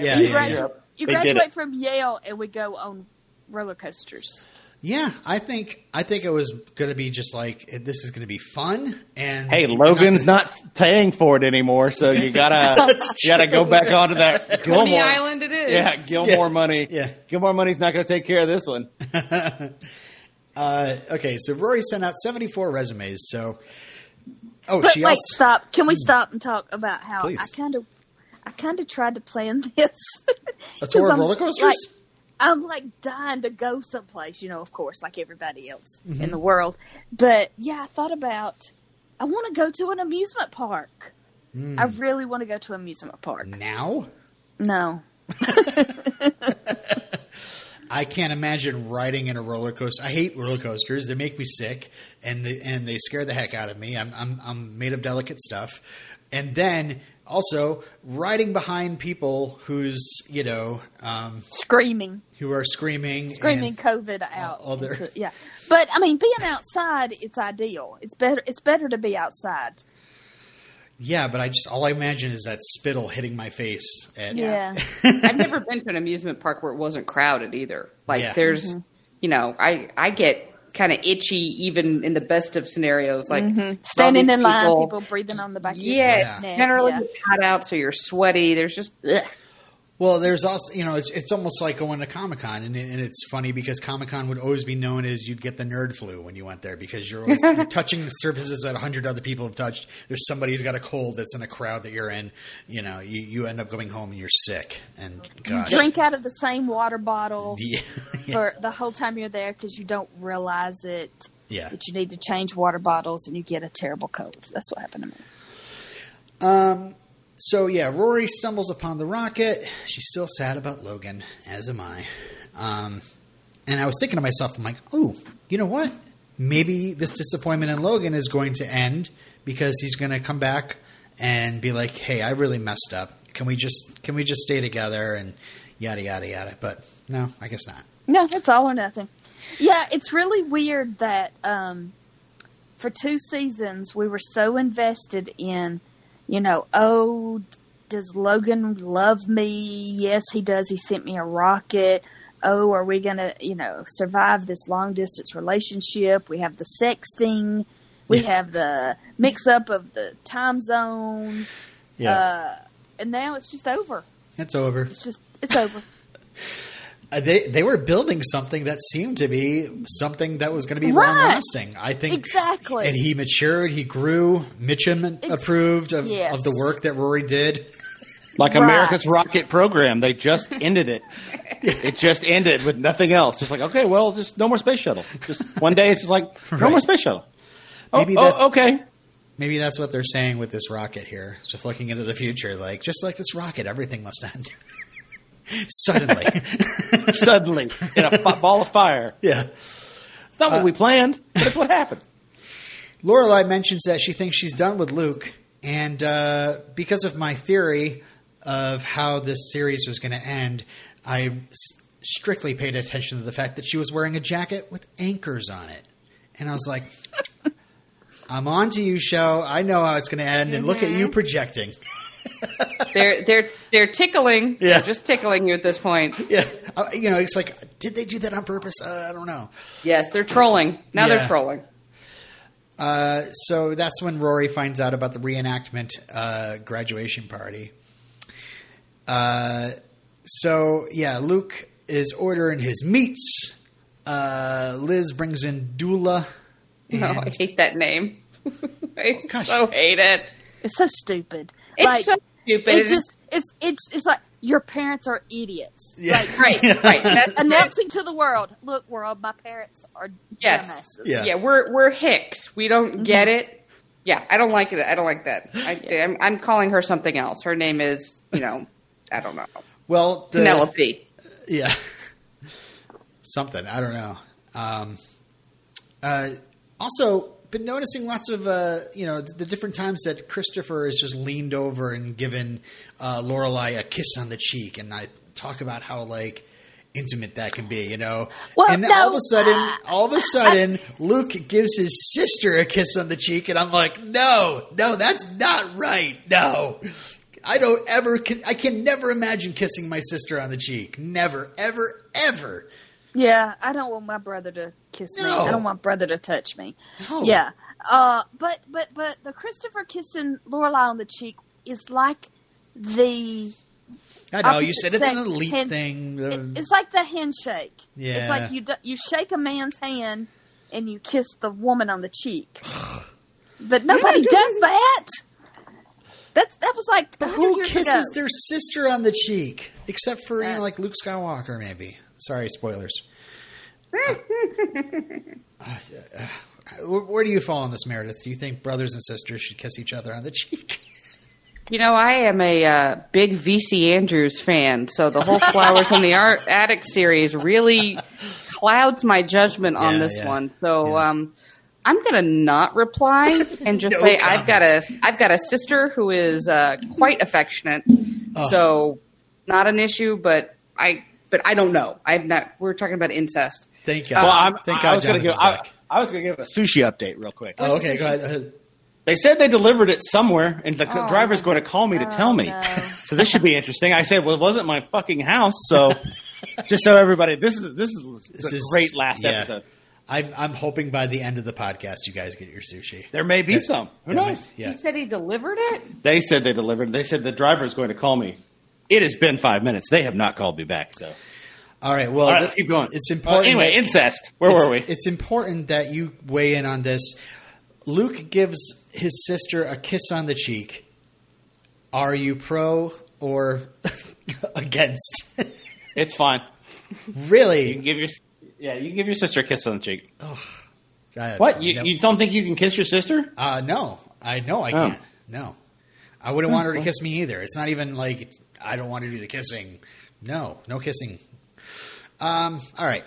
Yeah, you yeah, gradu- yeah. you They did it. graduate from Yale and we go on roller coasters. Yeah, I think I think it was going to be just like this is going to be fun and Hey, Logan's not paying for it anymore, so you gotta you gotta go back onto that Gilmore Coney Island it is. Yeah, Gilmore Yeah. money. Yeah. Gilmore money's not gonna take care of this one. Uh, okay, so Rory sent out seventy four resumes. So, oh, But she wait, also stop. Can we stop and talk about how Please. I kind of I kind of tried to plan this. a 'Cause tour of I'm, roller coasters. like, I'm like dying to go someplace, you know, of course, like everybody else Mm-hmm. in the world. But yeah, I thought about I want to go to an amusement park. I Mm. really want to go to an amusement park. now No. I can't imagine riding in a roller coaster. I hate roller coasters; they make me sick, and they, and they scare the heck out of me. I'm I'm I'm made of delicate stuff, and then also riding behind people who's you know um, Screaming. who are screaming, Screaming and- COVID out. all their- into- yeah. But I mean being outside it's ideal. It's better it's better to be outside. Yeah, but I just all I imagine is that spittle hitting my face. And, Yeah. I've never been to an amusement park where it wasn't crowded either. Like Yeah. Mm-hmm. there's, you know, I I get kind of itchy even in the best of scenarios. Like Mm-hmm. Standing all in these line, people, breathing on the back of your Yeah, Yeah. generally Yeah. you're hot out, so you're sweaty. There's just ugh. Well, there's also you know it's, it's almost like going to Comic Con, and, it- and it's funny because Comic Con would always be known as you'd get the nerd flu when you went there because you're always you're touching surfaces that hundred other people have touched. There's somebody who's got a cold that's in a crowd that you're in. You know, you, you end up going home and you're sick. And gosh, drink out of the same water bottle yeah, for the whole time you're there because you don't realize it yeah. that you need to change water bottles and you get a terrible cold. That's what happened to me. So yeah, Rory stumbles upon the rocket. She's still sad about Logan, as am I. Um, and I was thinking to myself, I'm like, oh, you know what? Maybe this disappointment in Logan is going to end because he's going to come back and be like, hey, I really messed up. Can we just can we just stay together and yada yada yada? But no, I guess not. No, it's all or nothing. Yeah, it's really weird that um, for two seasons we were so invested in, you know, oh, does Logan love me? Yes, he does. He sent me a rocket. Oh, are we going to, you know, survive this long distance relationship? We have the sexting. We have the mix up of the time zones. Uh, and now it's just over. it's over. It's just, it's over. Uh, They they were building something that seemed to be something that was going to be Right. long lasting. I think Exactly. And he matured. He grew. Mitchum approved of, yes. of the work that Rory did. Like Right. America's rocket program. They just ended it. it just ended with nothing else. Just like, okay, well, just no more space shuttle. Just one day it's just like no Right. more space shuttle. Oh, Maybe oh, that's- okay. Maybe that's what they're saying with this rocket here. Just looking into the future, like just like this rocket, everything must end suddenly. Suddenly, in a f- ball of fire. yeah. It's not Uh, what we planned, but it's what happened. Lorelai mentions that she thinks she's done with Luke, and uh, because of my theory of how this series was going to end, I s- strictly paid attention to the fact that she was wearing a jacket with anchors on it, and I was like, "I'm on to you, show. I know how it's going to end." And look at you projecting. They're they're they're tickling. Yeah. They're just tickling you at this point. yeah, I- you know, it's like, did they do that on purpose? Uh, I don't know. Yes, they're trolling. Now Yeah. they're trolling. so that's when Rory finds out about the reenactment uh, graduation party. Uh, so yeah, Luke is ordering his meats. Uh, Liz brings in Dula. No, Oh, I hate that name. I gosh. so hate it. It's so stupid. It's so stupid. It It just it's it's it's like your parents are idiots. Yeah. Like Right, right. That's, announcing to the world, look, world, my parents are yes, dumbasses." Yeah. yeah. We're we're hicks. We don't get it. Yeah, I don't like it. I don't like that. I, I'm, I'm calling her something else. Her name is, you know, I don't know, Well, the, Penelope. Yeah. Something. I don't know. Um, uh, also, been noticing lots of, uh, you know, the different times that Christopher has just leaned over and given uh, Lorelai a kiss on the cheek. And I talk about how, like, intimate that can be, you know? Well, and then no, uh, all of a sudden, all of a sudden, Luke gives his sister a kiss on the cheek. And I'm like, no, no, that's not right. No. I don't ever, can, I can never imagine kissing my sister on the cheek. Never, ever, ever. Yeah, I don't want my brother to kiss me. No. I don't want brother to touch me. No. Yeah. Uh, but but but the Christopher kissing Lorelai on the cheek is like the I know. Opposite You said it's an sex elite hand- thing. it- it's like the handshake. Yeah. It's like you do, you shake a man's hand and you kiss the woman on the cheek. but nobody does that. That's that was like a hundred Who years kisses ago. Uh. their sister on the cheek? Except for, you Yeah. know, like Luke Skywalker, maybe. Sorry, spoilers. Uh, uh, where, where do you fall on this, Meredith? Do you think brothers and sisters should kiss each other on the cheek? You know, I am a uh, big VC Andrews fan, so the whole Flowers in the Art Attic series really clouds my judgment on Yeah, this yeah, one. So yeah. um, I'm going to not reply and just No say I've got a I've got a sister who is uh, quite affectionate, Oh. so not an issue. But I but I don't know. I've not. We're talking about incest. Thank God. Well, I'm, uh, Thank I, I was going to Jonathan's give. I, back. I was going to give a sushi update real quick. Oh, okay, go ahead. Uh, They said they delivered it somewhere, and the c driver's going to call me to tell me. Oh. no. So this should be interesting. I said, "Well, it wasn't my fucking house." So, just so everybody, this is this is this a is- great last yeah. episode. I'm, I'm hoping by the end of the podcast, you guys get your sushi. There may be some. Who knows? Yeah. He said he delivered it. They said they delivered. They said the driver is going to call me. It has been five minutes. They have not called me back. So, all All right. Well, right, th- let's keep going. It's Uh, important. anyway, that- incest. Where it's, were we? It's important that you weigh in on this. Luke gives his sister a kiss on the cheek. Are you pro or against? It's fine. You can really? give your yeah. You can give your sister a kiss on the cheek. I- Uh, What you, no. you don't think you can kiss your sister? Uh, no, I no, I Oh. Hmm. can't. No, I wouldn't want her to kiss me either. It's not even like I don't want to do the kissing. No, no kissing. Um, all right.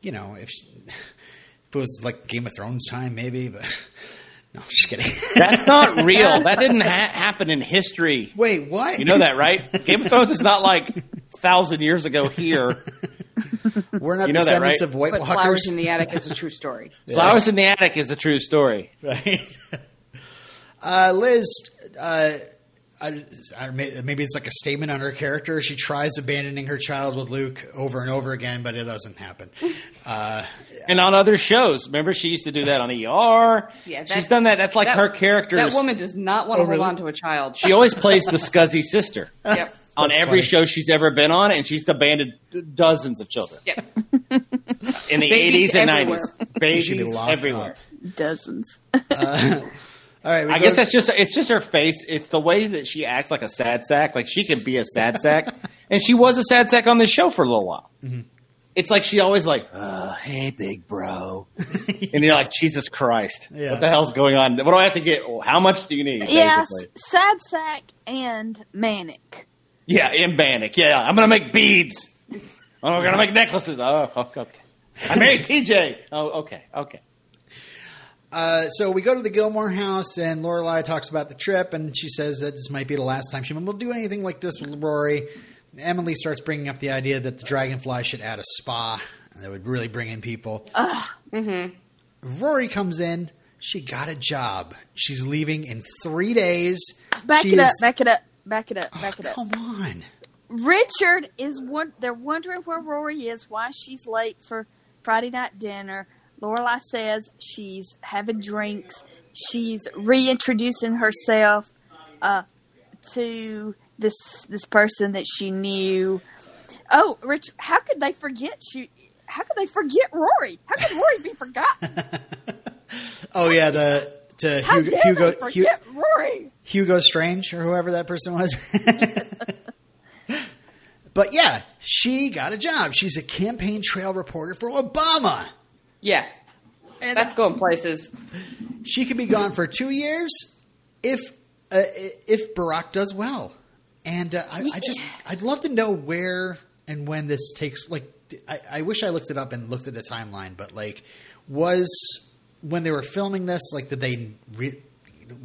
You know, if, if it was like Game of Thrones time, maybe. But no, I'm just kidding. That's not real. That didn't ha- happen in history. Wait, what? You know that, right? Game of Thrones is not like thousand years ago here. We're not You know that, descendants right? of White But Walkers, Flowers in the Attic. It's a true story. Flowers in the Attic is a true story. right? uh, Liz, uh, I, I, maybe it's like a statement on her character. She tries abandoning her child with Luke over and over again, but it doesn't happen. Uh, And on other shows, remember she used to do that on ER. Yeah, that- she's done that. That's like that- her character. That woman does not want to Oh, really? hold on to a child. She always plays the scuzzy sister yep. on Oh, That's every funny. show she's ever been on, and she's abandoned d- dozens of children Yep. in the Babies eighties and everywhere. nineties. she should be Babies locked everywhere. up. Dozens. All right, we I go- guess that's just it's just her face. It's the way that she acts like a Mm-hmm. sad sack. Like she can be a sad sack, and she was a sad sack on this show for a little while. it's like she always like, uh, hey, big bro, and you're like, Jesus Christ, Yeah. what the hell's going on? What do I have to get? How much do you need? Yes, basically? sad sack and manic. Yeah, in Bannock. Yeah, I'm gonna make beads. I'm gonna make necklaces. Oh, okay. I married TJ. Oh, okay, okay. Uh, so we go to the Gilmore house, and Lorelai talks about the trip, and she says that this might be the last time she will do anything like this with Rory. Emily starts bringing up the idea that the Dragonfly should add a spa and that would really bring in people. Mm-hmm. Rory comes in. She got a job. She's leaving in three days. Back She it up, is- back it up, back it up, back it up. Come on. Richard is one. They're wondering where Rory is, why she's late for Friday night dinner. Lorelai says she's having drinks. She's reintroducing herself uh, to this this person that she knew. Oh, Rich, how could they forget you? How could they forget Rory? How could Rory be forgotten? Oh yeah, the to How Hugo dare Hugo, they Hu- forget Rory? Hugo Strange or whoever that person was. but yeah, she got a job. She's a campaign trail reporter for Obama. Yeah, And that's going places. she could be gone for two years if uh, i- if Barack does well. And uh, I, I just I'd love to know where and when this takes. Like d- I, I wish I looked it up and looked at the timeline, but like was when they were filming this, like did they re-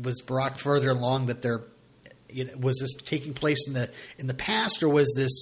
was Barack further along that they're you know, was this taking place in the in the past or was this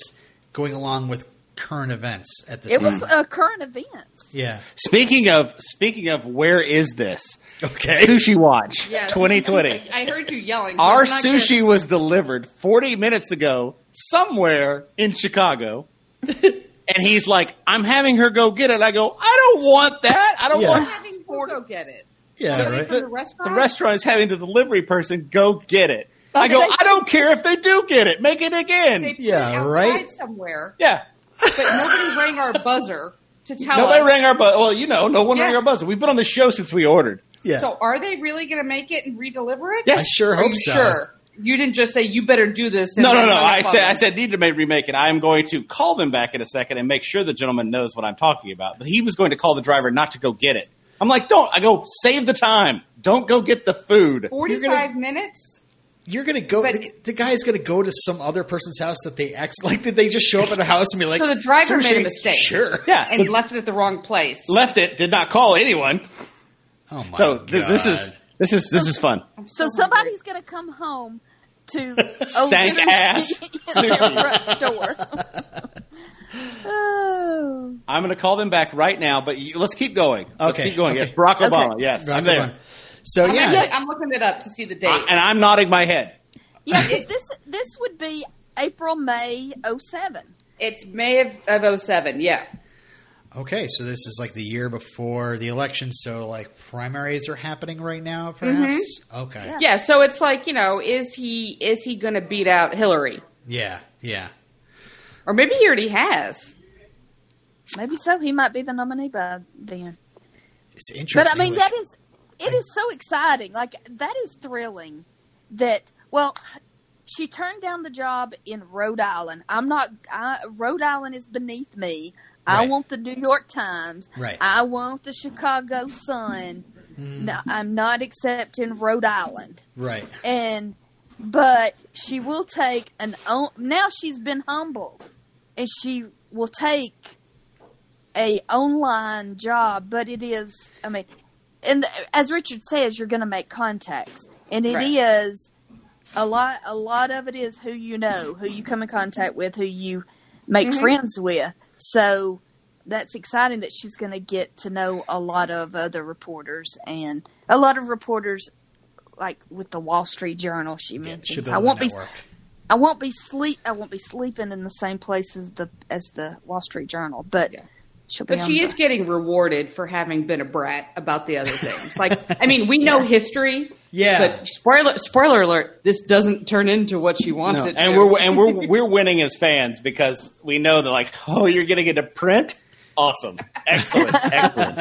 going along with current events at this It time? was a current event. yeah. Speaking of speaking of, where is this Okay. sushi watch? Yeah, 2020. I heard you yelling. so Our I'm not gonna- sushi was delivered 40 minutes ago somewhere in Chicago. and he's like, I'm having her go get it. I go, I don't want that. I don't Yeah. I'm want having to go get it. Yeah, Somebody right. from the restaurant. the restaurant is having the delivery person go get it. I go, they- I don't care if they do get it. Make it They again. put it Yeah, outside right. Somewhere, Yeah. but nobody rang our buzzer to tell Nobody us. rang our buzzer. Well, you know, no one Yeah. rang our buzzer. We've been on the show since we ordered. Yeah. So, are they really going to make it and redeliver it? Yes. I sure Are hope you so. sure? You didn't just say you better do this. and No, no, then no. hung I up on said, them. I said, need to make remake it. I am going to call them back in a second and make sure the gentleman knows what I'm talking about. But he was going to call the driver not to go get it. I'm like, don't. I go, save the time. Don't go get the food. 45 minutes. You're gonna go. But- the, the guy's gonna go to some other person's house that they ex. Like, did they just show up at a house and be like? So the driver made a "Sushi?" mistake. Sure. Yeah, and left it at the wrong place. left it. Did not call anyone. Oh my So th- this God. is this is this is fun. So somebody's going to come home to oh, Stank ass. Sushi. oh. I'm going to call them back right now. But you, let's keep going. Let's Okay, keep going. okay. Yes, Barack Okay. Obama. Yes, Right, I'm good there. one. So I'm, yeah, actually- I'm looking it up to see the date. Oh, Uh, I- and I'm nodding my head. Yeah, 'cause this this would be April May 07. it's May of, of 07, yeah. okay. So this is like the year before the election. So like primaries are happening right now, perhaps. Okay. Yeah. Mm-hmm. Yeah, so it's like, you know, is he is he going to beat out Hillary? yeah, Or maybe he already has. Maybe so. He might be the nominee by then. It's But interesting. I mean, like- that is it is so exciting. Like that is thrilling. That well, she turned down the job in Rhode Island. I'm not. I, Rhode Island is beneath me. I Right. want the New York Times. Right. Hmm. I want the Chicago Sun. No, I'm not accepting Rhode Island. right. and but she will take an o- now she's been humbled and she will take a online job but it is i mean and as richard says you're going to make contacts and it is Right. a lot a lot of it is who you know who you come in contact with who you make friends with so that's exciting that she's going to get to know a lot of other reporters and a lot of reporters like with the Wall Street Journal she Should mentioned. build I a won't be network. I won't be sleep I won't be sleeping in the same place as the as the Wall Street Journal, but she'll be But on she the- is getting rewarded for having been a brat about the other things. Like, I mean, we know history. Yeah. But spoiler spoiler alert, this doesn't turn into what she wants No. it to. And we're and we're we're winning as fans because we know that like, oh, you're getting into print. Awesome, excellent, excellent.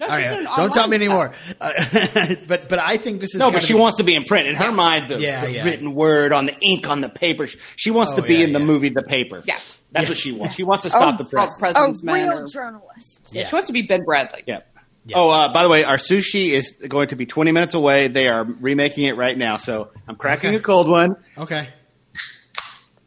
No, All she's right. an oh, Don't tell me online- anymore. but but I think this is No, gonna but she be- wants to be in print. In her mind, the, Yeah, the yeah. written word on the ink on the paper. She wants Oh, to be yeah, in the yeah. movie The Paper. Yeah. That's what she wants. She wants to stop Oh, the press. press. A Presence real matter. journalist. Yeah. She wants to be Ben Bradley. Yep. Yeah. Oh, uh, by the way, our sushi is going to be 20 minutes away. They are remaking it right now, so I'm cracking Okay. a cold one, Okay.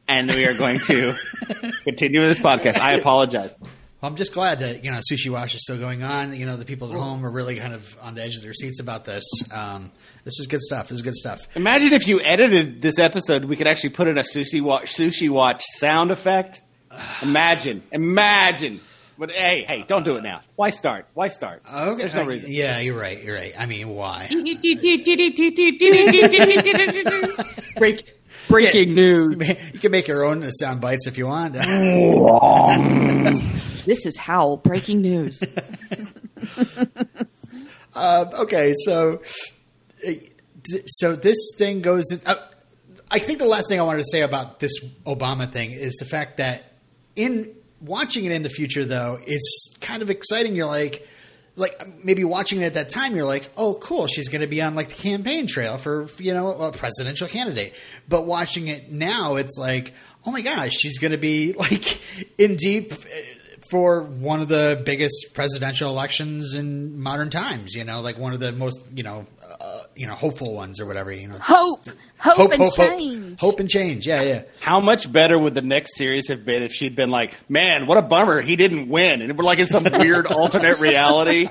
and we are going to continue this podcast. I apologize. Well, I'm just glad that you know Sushi Wash is still going on. You know, the people at home are really kind of on the edge of their seats about this. Um, this is good stuff. This is good stuff. Imagine if you edited this episode, we could actually put in a sushi watch sushi watch sound effect. Imagine, imagine. But hey, hey, don't do it now. Why start? Why start? Okay. There's no reason. Yeah, you're right. You're right. I mean, why? Break, breaking news. you can make your own sound bites if you want. This is Howl. Breaking news. okay, so uh, d- so this thing goes in. Uh, I think the last thing I wanted to say about this Obama thing is the fact that in watching it in the future, though, it's kind of exciting. You're like, like maybe watching it at that time, you're like, oh, cool, she's going to be on like the campaign trail for you know a presidential candidate. But watching it now, it's like, oh my gosh, she's going to be like in deep. uh, for one of the biggest presidential elections in modern times. You know, like one of the most you know uh, you know hopeful ones or whatever. You know, Hope, hope, and hope, change. hope and change. Yeah, yeah. How much better would the next series have been if she'd been like, "Man, what a bummer, he didn't win," and we're like in some weird alternate reality,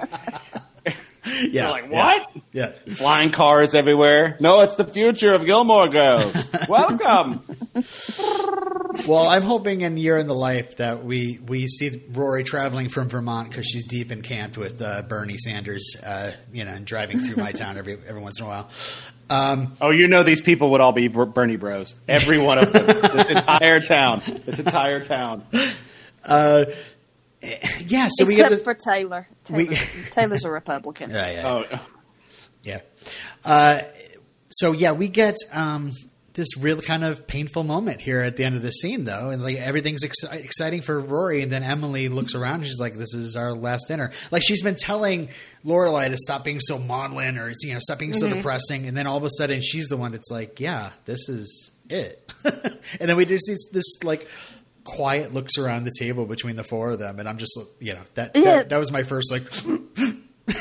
Yeah. like, yeah, what? Yeah. flying cars everywhere. No, it's the future of Gilmore Girls. Welcome. Well, I'm hoping in Year in the Life that we we see Rory traveling from Vermont because she's deep in camp with uh, Bernie Sanders, uh, you know, and driving through my town every every once in a while. Um, Oh, you know these people would all be Ver- Bernie Bros. Every one of them. this entire town. This entire town. yeah. So we get Except to, for Taylor. Taylor. we- Taylor's a Republican. yeah, yeah. Oh, Yeah. Uh, so yeah, we get um, this real kind of painful moment here at the end of the scene, though, and like everything's ex- exciting for Rory, and then Emily looks around, and she's like, "This is our last dinner." Like she's been telling Lorelai to stop being so maudlin, or you know, stop being so Mm-hmm. depressing, and then all of a sudden she's the one that's like, "Yeah, this is it." and then we just see this like quiet looks around the table between the four of them, and I'm just you know that Yeah. that, that was my first like.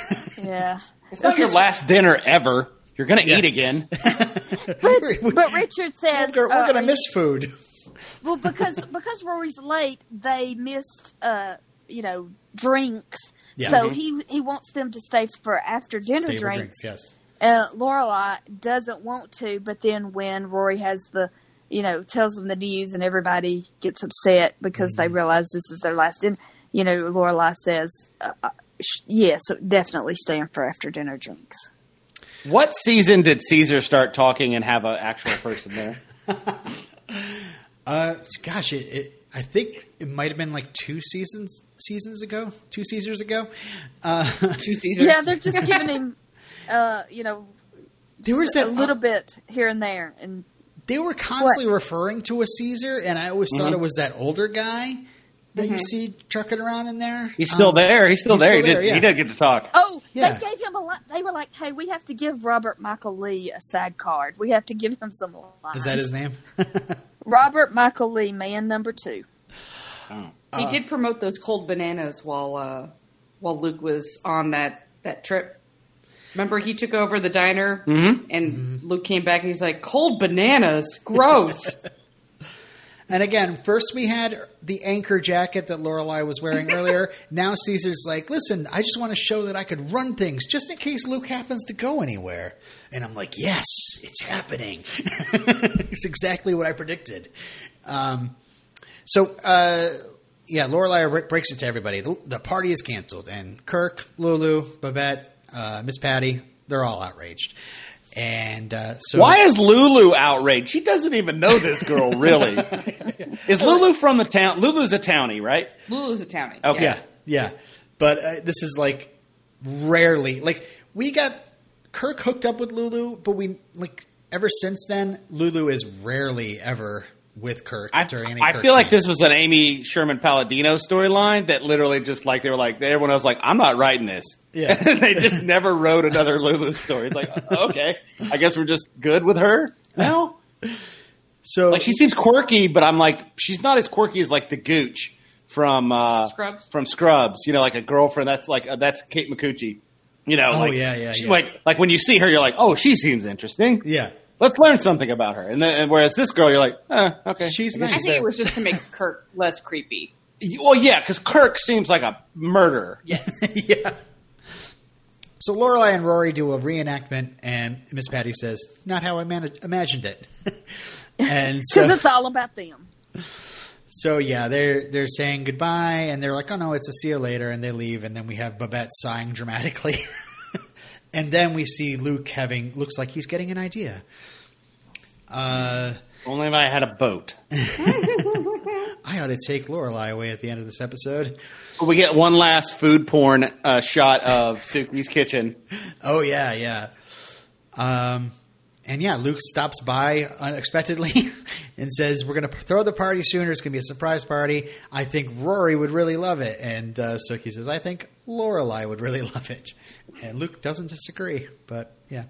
Yeah. it's not your last dinner ever. You're gonna Yeah. eat again. But Richard says we're, uh, we're gonna miss food. Well, because because Rory's late, they missed uh, you know drinks. Yeah. So he he wants them to stay for after dinner Stable drinks. drinks, yes. Uh, Lorelai doesn't want to, but then when Rory has the you know tells them the news and everybody gets upset because Mm-hmm. they realize this is their last dinner. You know, Lorelai says, uh, uh, sh- "Yes, definitely staying for after dinner drinks." What season did Caesar start talking and have an actual person there? Uh, gosh, it, it, I think it might have been like two seasons seasons ago, two Caesars ago. Uh, Two Caesars. Yeah, they're just giving him, uh, you know, There was that a little bit here and there, and Uh, They were constantly referring to a Caesar, and I always thought it was that older guy that you see trucking around in there. He's still Um, there. He's still he's there. still he, there, did, yeah. he did get to talk. Oh, Yeah. they gave him a lot. They were like, "Hey, we have to give Robert Michael Lee a SAG card. We have to give him some lines." Is that his name? Robert Michael Lee, man number two? He Uh, did promote those cold bananas while uh, while Luke was on that that trip. Remember, he took over the diner, Mm-hmm. and Luke came back and he's like, "Cold bananas, gross." and again, first we had the anchor jacket that Lorelai was wearing earlier. now Caesar's like, "Listen, I just want to show that I could run things, just in case Luke happens to go anywhere." And I'm like, "Yes, it's happening. it's exactly what I predicted." Um, So, uh, yeah, Lorelai re- breaks it to everybody. The, the party is canceled, and Kirk, Lulu, Babette, uh, Miss Patty, they're all outraged. And uh, so, Why is Lulu outraged? She doesn't even know this girl, really. is Lulu from the town? Lulu's a townie, right? Lulu's a townie. Okay. Yeah, yeah. But uh, this is like rarely like we got Kirk hooked up with Lulu, but we like ever since then, Lulu is rarely ever with Kirk I, during any. I Kirk feel like scenes. this was an Amy Sherman Palladino storyline that literally just like they were like everyone was like I'm not writing this. Yeah. And they just never wrote another Lulu story. It's like okay, I guess we're just good with her now. So Like she seems quirky, but I'm like she's not as quirky as like the Gooch from uh, Scrubs? From Scrubs, you know, like a girlfriend. That's like uh, that's Kate McCucci. You know, Oh, like yeah, yeah, she- yeah. like like when you see her, you're like, oh, she seems interesting. yeah, let's learn something about her. And, then, and whereas this girl, you're like, eh, okay, she's I nice. think it was just to make Kirk less creepy. Well, yeah, because Kirk seems like a murderer. Yes. yeah. So Lorelai and Rory do a reenactment, and Miss Patty says, "Not how I manag imagined it." and because so, it's all about them. so yeah, they're they're saying goodbye, and they're like, "Oh no, it's a see you later," and they leave, and then we have Babette sighing dramatically, and then we see Luke having looks like he's getting an idea. Uh, Only if I had a boat. I ought to take Lorelai away at the end of this episode. We get one last food porn uh, shot of Suki's kitchen. Oh yeah, yeah. Um, and yeah, Luke stops by unexpectedly and says, "We're going to throw the party sooner. It's going to be a surprise party. I think Rory would really love it." And uh, Sookie says, "I think Lorelai would really love it." And Luke doesn't disagree, but yeah,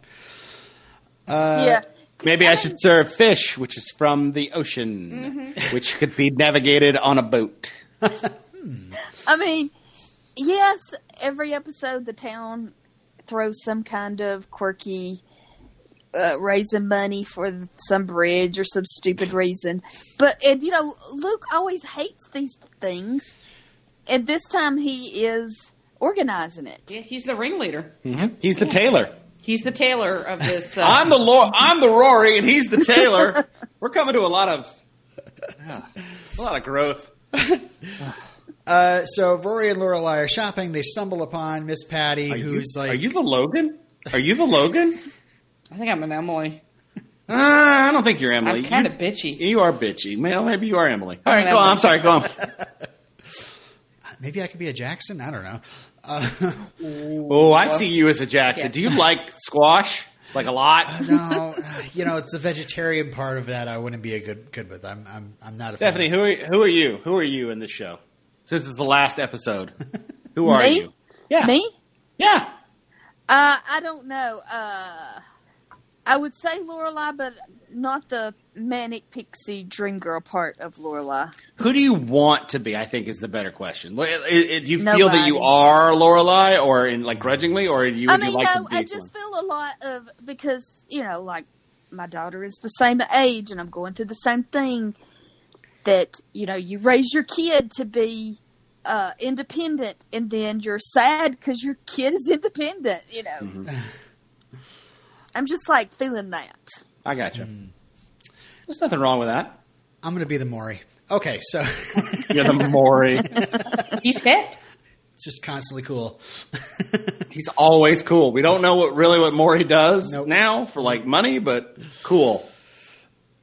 Uh, yeah, Maybe I should serve fish, which is from the ocean, Mm-hmm. which could be navigated on a boat. I mean, yes, every episode the town throws some kind of quirky uh, raising money for some bridge or some stupid reason. But and you know, Luke always hates these things, and this time he is organizing it. Yeah, he's the ringleader. He's the tailor. He's the tailor of this. Uh, I'm the Lor- I'm the Rory, and he's the tailor. We're coming to a lot of yeah, a lot of growth. Uh, so Rory and Lorelai are shopping. They stumble upon Miss Patty, You- who's like, are you the Logan? Are you the Logan? I think I'm an Emily. Uh, I don't think you're Emily. I'm You- kind of bitchy. You are bitchy. Well, maybe you are Emily. All right, I'm go on. Emily. I'm sorry. Go on. "Maybe I could be a Jackson." I don't know. Uh, Oh, I see you as a Jackson. Yeah. Do you like squash? Like a lot? no, uh, you know, it's the vegetarian part of that. I wouldn't be a good good with. I'm I'm I'm not a fan. Stephanie, who are you, who are you? Who are you in this show? Since it's the last episode, who are Me? you? Yeah, Me? Yeah, Uh, I don't know. Uh, I would say Lorelai, but not the manic pixie dream girl part of Lorelai. Who do you want to be? I think is the better question. Lo- i- i- Do you feel that Nobody. you are Lorelai, or in like grudgingly, or you would I mean, you like no, to be I just feel a lot of because you know, like my daughter is the same age, and I'm going through the same thing. That you know, you raise your kid to be uh, independent, and then you're sad because your kid is independent. You know, Mm-hmm. I'm just like feeling that. I got you. There's nothing wrong with that. I'm going to be the Maury. Okay, so You're the Maury. He's fat. it's just constantly cool. He's always cool. We don't know what really what Maury does Nope. now for like money, but cool.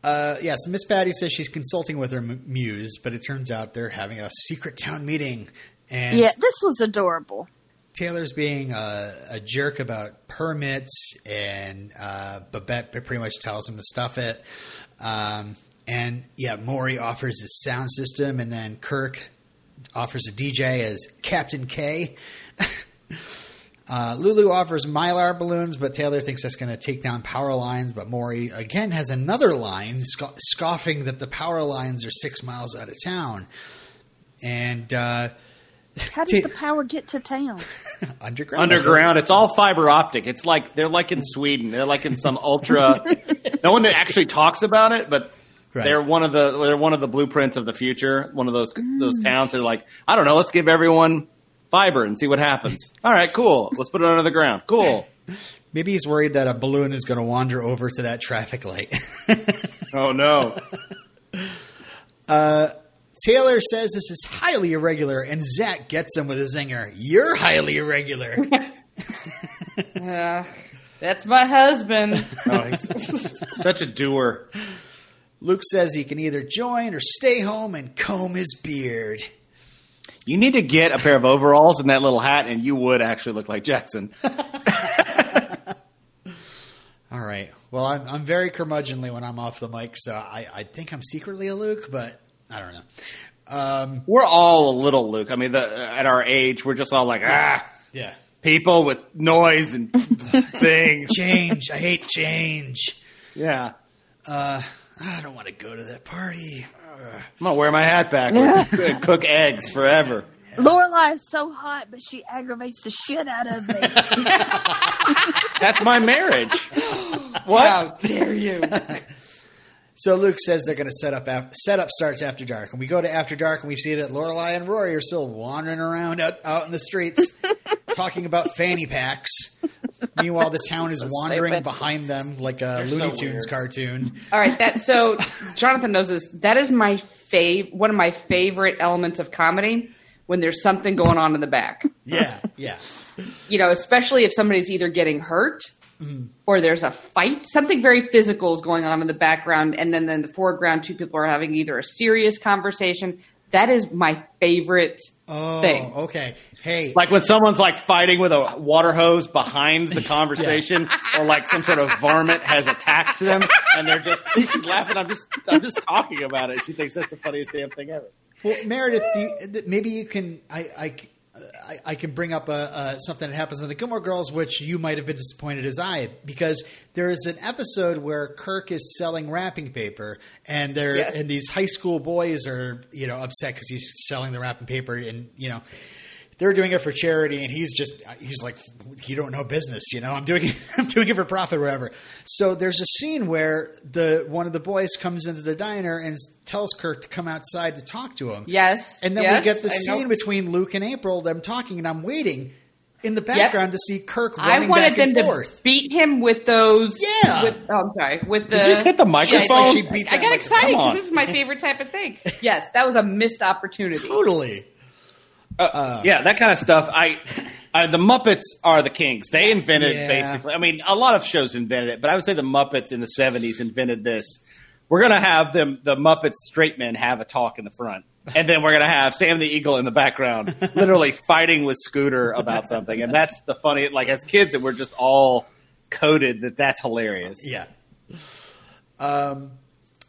Uh, yes, Miss Patty says she's consulting with her m- muse, but it turns out they're having a secret town meeting, and Yeah, this was adorable. Taylor's being a, a jerk about permits, and uh, Babette pretty much tells him to stuff it. Um, and yeah, Maury offers his sound system, and then Kirk offers a DJ as Captain K. Uh, Lulu offers mylar balloons, but Taylor thinks that's going to take down power lines. But Maury again has another line, sco- scoffing that the power lines are six miles out of town. And uh, How does Ta- the power get to town? underground, Underground, it's all fiber optic. It's like they're like in Sweden. They're like in some ultra. no one actually talks about it, but Right. they're one of the they're one of the blueprints of the future. One of those those towns. They're like, I don't know. Let's give everyone fiber and see what happens. all right, cool. Let's put it under the ground. Cool. Maybe he's worried that a balloon is going to wander over to that traffic light. Oh no. Taylor says this is highly irregular, and Zach gets him with a zinger. You're highly irregular. Uh, that's my husband. Oh, he's such a doer. Luke says he can either join or stay home and comb his beard. You need to get a pair of overalls and that little hat, and you would actually look like Jackson. All right. Well, I'm, I'm very curmudgeonly when I'm off the mic, so I, I think I'm secretly a Luke, but I don't know. Um, We're all a little Luke. I mean, the, at our age, we're just all like, ah, yeah. people with noise and things. Change. I hate change. Yeah. Uh, I don't want to go to that party. Ugh. I'm gonna wear my hat backwards and cook eggs forever. Lorelai is so hot, but she aggravates the shit out of me. That's my marriage. How What? dare you? So Luke says they're going to set up. Af- setup starts after dark, and we go to after dark, and we see that Lorelai and Rory are still wandering around out, out in the streets, talking about fanny packs. Meanwhile, the town is wandering stupid. behind them like a so Looney Tunes weird. cartoon. All right, that so Jonathan knows this. That is my fav one of my favorite elements of comedy when there's something going on in the back. Yeah, yeah, You know, especially if somebody's either getting hurt Mm-hmm. or there's a fight, something very physical is going on in the background, and then in the foreground, two people are having either a serious conversation. That is my favorite Oh, thing. okay. Hey, Like when someone's like fighting with a water hose behind the conversation, or like some sort of varmint has attacked them, and they're just see, she's laughing. I'm just I'm just talking about it. She thinks that's the funniest damn thing ever. Well, Meredith, the, the, maybe you can. I, I c- I- I can bring up uh uh something that happens in the Gilmore Girls, which you might have been disappointed as I, because there is an episode where Kirk is selling wrapping paper, and they're Yes. and these high school boys are you know upset because he's selling the wrapping paper, and you know they're doing it for charity and he's just he's like you don't know business you know i'm doing it i'm doing it for profit or whatever so there's a scene where the one of the boys comes into the diner and tells kirk to come outside to talk to him Yes, and then yes, we get the I scene know. between luke and april them talking and i'm waiting in the background to see kirk running I wanted back them and to forth beat him with those. Yeah. With, oh, I'm sorry. With the Did you just hit the Just like microphone? she beat I that got like- excited Come on. because this is my favorite type of thing. Yes, that was a missed opportunity. totally yeah, that kind of stuff. I, I the Muppets are the kings. They invented Yeah. basically. I mean, a lot of shows invented it, but I would say the Muppets in the '70s invented this. We're gonna have them, the Muppets straight men have a talk in the front, and then we're gonna have Sam the Eagle in the background, literally fighting with Scooter about something, and that's the funny. Like as kids, we're just all coded that that's hilarious. Yeah. Um,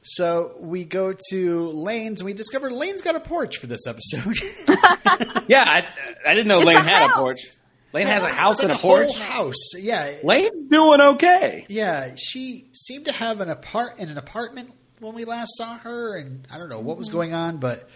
so we go to Lane's and we discover Lane's got a porch for this episode. Yeah, I, I didn't know It's Lane a had house. a porch. Lane has a house It's like and a porch. whole house. Yeah. Lane's doing okay. Yeah. She seemed to have an apart in an apartment when we last saw her, and I don't know what was going on, but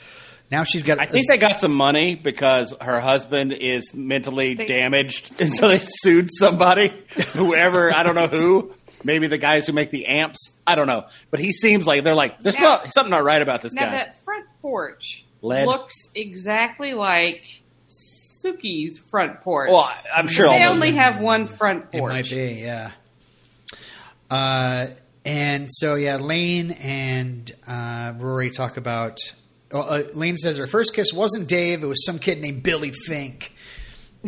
now she's got. Mm-hmm. I think they got some money because her husband is mentally They- damaged, and so they sued somebody, whoever I don't know who. Maybe the guys who make the amps. I don't know, but he seems like they're like there's Now- not, something not right about this Now guy. that front porch Lead. looks exactly like Suki's front porch. well, I- I'm sure all they those- only have one front it might porch. be. Yeah. Uh, and so yeah, Lane and uh, Rory talk about. oh, Uh, Lane says her first kiss wasn't Dave; it was some kid named Billy Fink.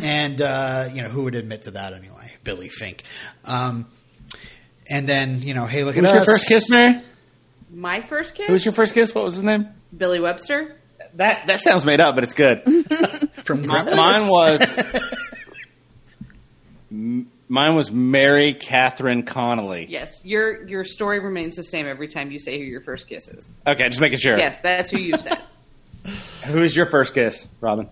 And uh, you know who would admit to that anyway? Billy Fink. Um, and then you know, hey, look Who at was your us. first kiss, Mary? My first kiss, Who was your first kiss? What was his name? Billy Webster. That that sounds made up, but it's good. from mine, mine was M- mine was Mary Catherine Connolly. Yes, your your story remains the same every time you say who your first kiss is. Okay, just making sure. Yes, that's who you said. Who is your first kiss, Robin?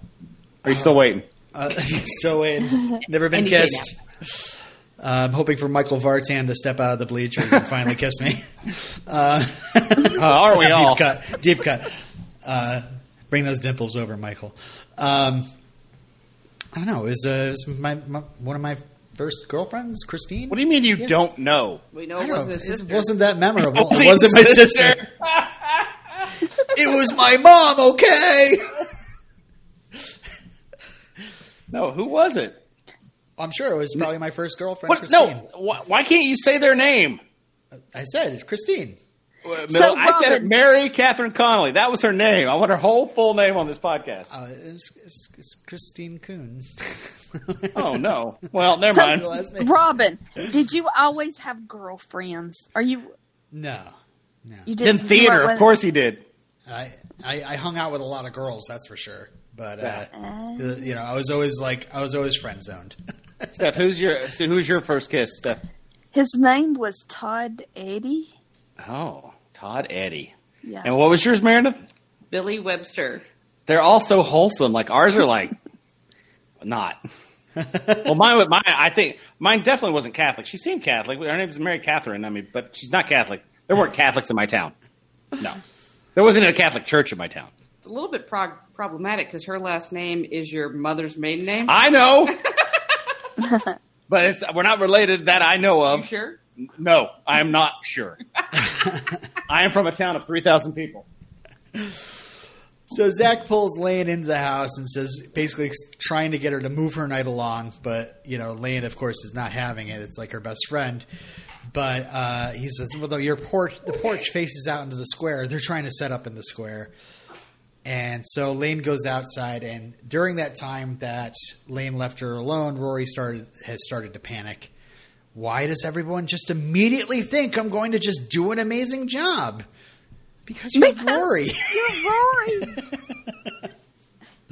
Are you still waiting? Uh, still in. Never been Any day kissed. Uh, I'm hoping for Michael Vartan to step out of the bleachers and finally kiss me. Uh, Uh, are we deep all? cut. Deep cut. Uh, bring those dimples over, Michael. Um, I don't know. It was, uh, it was my, my one of my first girlfriends, Christine. What do you mean you don't know? We I know don't it know. wasn't his It sister. wasn't that memorable. Was It it wasn't my your sister. it was my mom. Okay. No, who was it? I'm sure it was probably my first girlfriend, What? Christine. No, why, why can't you say their name? I said it's Christine. Uh, Mel- I said it, Robin- Mary Catherine Connolly. That was her name. I want her whole full name on this podcast. Uh, it's, it's, it's Christine Kuhn. oh no. Well, never So, mind. Last name. Robin, did you always have girlfriends? Are you No, no. you It's didn't in you theater, weren't of course he did. I, I I hung out with a lot of girls, that's for sure. But uh, you know, I was always like I was always friend zoned. Steph, who's your so who's your first kiss, Steph? His name was Todd Eddy. Oh, Todd Eddie. Yeah. And what was yours, Meredith? Billy Webster. They're all so wholesome. Like ours are like not. well, mine, wa- mine, I think mine definitely wasn't Catholic. She seemed Catholic. Her name is Mary Catherine. I mean, but she's not Catholic. There weren't Catholics in my town. No, there wasn't a Catholic church in my town. It's a little bit prog- problematic because her last name is your mother's maiden name. I know, but it's, we're not related that I know You of. sure? No, I am not sure. I am from a town of three thousand people. So Zach pulls Lane into the house and says, basically trying to get her to move her night along, but you know, Lane, of course, is not having it. It's like her best friend. But uh, he says, "Well, though your porch, the porch faces out into the square. They're trying to set up in the square." And so Lane goes outside, and during that time that Lane left her alone, Rory started has started to panic. Why does everyone just immediately think I'm going to just do an amazing job? Because you're Because- Rory. You're Rory.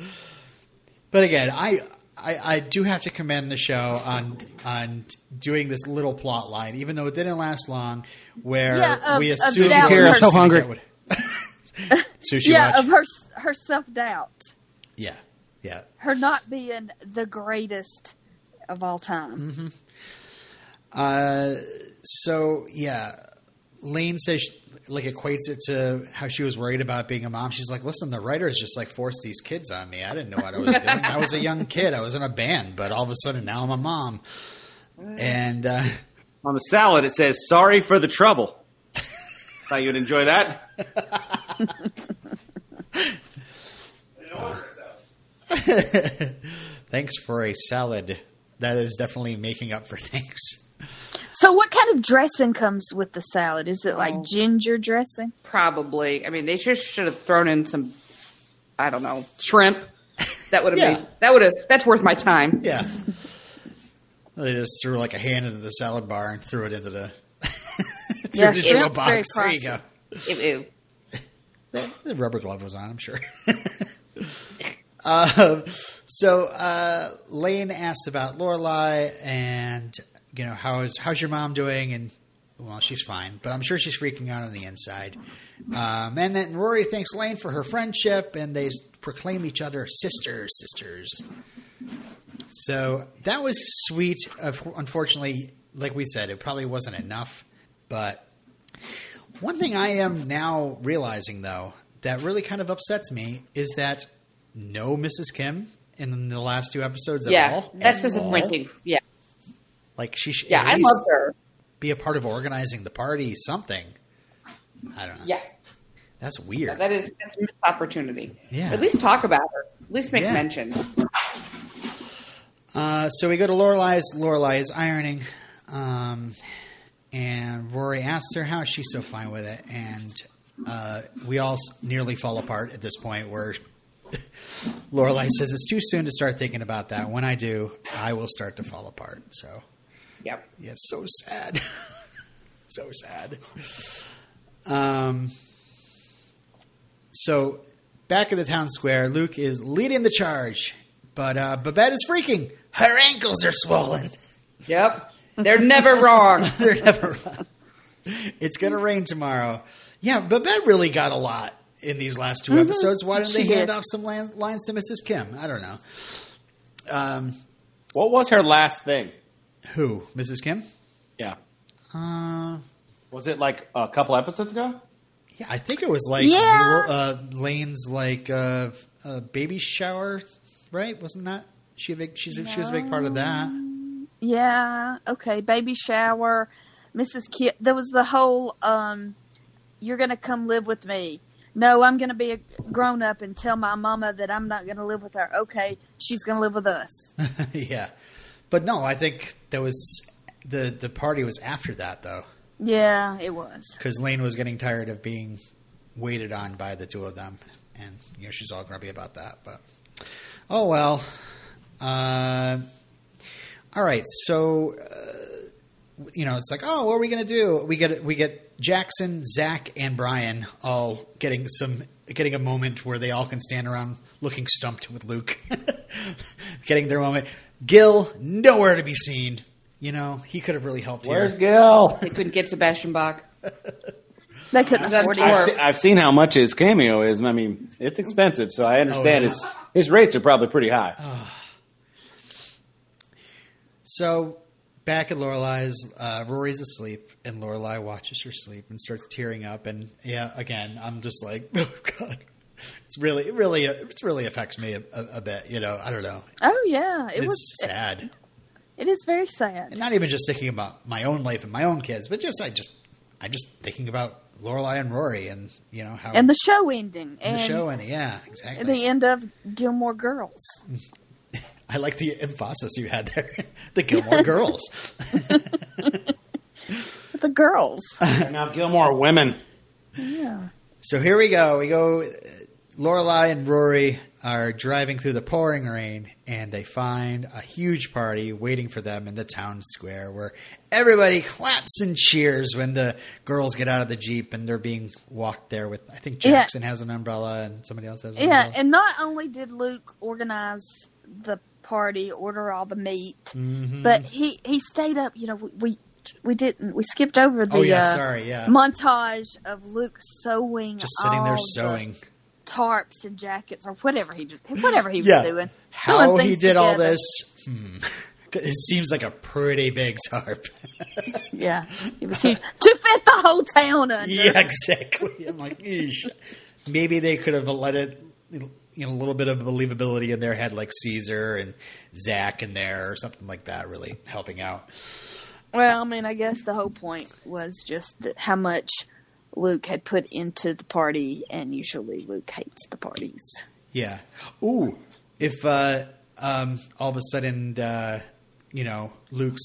But again, I, I I do have to commend the show on on doing this little plot line, even though it didn't last long, where Yeah, of- we of assume that Here, I'm so Gonna hungry. get what- sushi yeah, watch. of her her self doubt, yeah, yeah. her not being the greatest of all time. Mm-hmm. Uh, so yeah, Lane says she- like equates it to how she was worried about being a mom. She's like, "Listen, the writers just like forced these kids on me. I didn't know what I was doing. I was a young kid. I was in a band, but all of a sudden now I'm a mom." And uh, On the salad, it says "Sorry for the trouble." Thought you'd enjoy that. Thanks for a salad. That is definitely making up for things. So, what kind of dressing comes with the salad? Is it Oh. like ginger dressing? Probably. I mean, they just should have thrown in some, I don't know, shrimp. That would have Yeah. made that would have that's worth my time. Yeah. they just threw like a hand into the salad bar and threw it into the threw Yeah, it into a shrimp's very box. There you go. classy. Ew, ew. The the rubber glove was on, I'm sure. um, so uh, Lane asks about Lorelai and you know how is how's your mom doing? And well, she's fine, but I'm sure she's freaking out on the inside. Um, and then Rory thanks Lane for her friendship, and they s- proclaim each other sisters, sisters. So that was sweet. Of- Unfortunately, like we said, it probably wasn't enough, but one thing I am now realizing, though, that really kind of upsets me is that no Mrs. Kim in the last two episodes at Yeah, all. that's At all. disappointing. Yeah, Like she should yeah, at I least love her. be a part of organizing the party, something. I don't know. Yeah, That's weird. that is that's a missed opportunity. Yeah. at least talk about her. At least make Yeah. mention. Uh, so we go to Lorelai's. Lorelai is ironing, um, and Rory asks her how she's so fine with it, and uh, we all s- nearly fall apart at this point. Where Lorelai says it's too soon to start thinking about that. When I do, I will start to fall apart. So Yep. yeah, it's so sad, so sad. Um, so back at the town square, Luke is leading the charge, but uh, Babette is freaking. Her ankles are swollen. Yep, they're never wrong. They're never. it's gonna rain tomorrow. Yeah, Babette really got a lot in these last 2 episodes. Why didn't Mm-hmm. She they hand did. off some lan- lines to Mrs. Kim? I don't know. What was her last thing? Who? Mrs. Kim? Yeah, Uh, was it like a couple episodes ago? yeah, I think it was like Yeah. uh, Lane's like uh, uh, baby shower, right? Wasn't that she? A big, she's she was a big part of that. Yeah. Okay. Baby shower. Mrs. Kit. There was the whole. um You're gonna come live with me. No, I'm gonna be a grown up and tell my mama that I'm not gonna live with her. Okay, she's gonna live with us. yeah, but no, I think that was the the party was after that though. yeah, it was. because Lane was getting tired of being waited on by the two of them, and you know she's all grumpy about that. But oh well. Uh, all right, so uh, you know it's like, oh, what are we gonna do? We get we get Jackson, Zach, and Brian all getting some getting a moment where they all can stand around looking stumped with Luke, getting their moment. Gil nowhere to be seen. You know he could have really helped Where's here. Gil? They couldn't get Sebastian Bach. They couldn't That's afford Or- it. tough. I've, se- I've seen how much his cameo is. and I mean, it's expensive, so I understand yeah. his his rates are probably pretty high. So back at Lorelai's, uh, Rory's asleep, and Lorelai watches her sleep and starts tearing up. And yeah, again, I'm just like, oh god, it's really, it really, it really affects me a, a, a bit. You know, I don't know. Oh yeah, it It's was. sad, It is very sad. and not even just thinking about my own life and my own kids, but just I just, I just thinking about Lorelai and Rory, and you know how And the show ending. and And the show, and yeah, exactly. the end of Gilmore Girls. I like the emphasis you had there, the Gilmore Girls. The girls. now Gilmore women. yeah. So here we go. We go. Lorelai and Rory are driving through the pouring rain, and they find a huge party waiting for them in the town square, where everybody claps and cheers when the girls get out of the jeep and they're being walked there. With I think Yeah. Jackson has an umbrella and somebody else has an Yeah, umbrella. and not only did Luke organize the party, order all the meat, Mm-hmm. but he he stayed up. You know, we- we we didn't we skipped over the oh yeah, uh, sorry, yeah, montage of Luke sewing, just sitting there all the sewing. tarps and jackets or whatever he did, whatever he was Yeah. doing. Sewing How he things did all together. this? Hmm. It seems like a pretty big tarp. Yeah, it was huge to fit the whole town under. Yeah, exactly. I'm like, Eesh. maybe they could have let it, you know, a little bit of believability in there. Had like Caesar and Zach in there or something like that, really helping out. Well, I mean, I guess the whole point was just that how much Luke had put into the party, and usually Luke hates the parties. Yeah. Ooh, if uh, um, all of a sudden, uh, you know, Luke's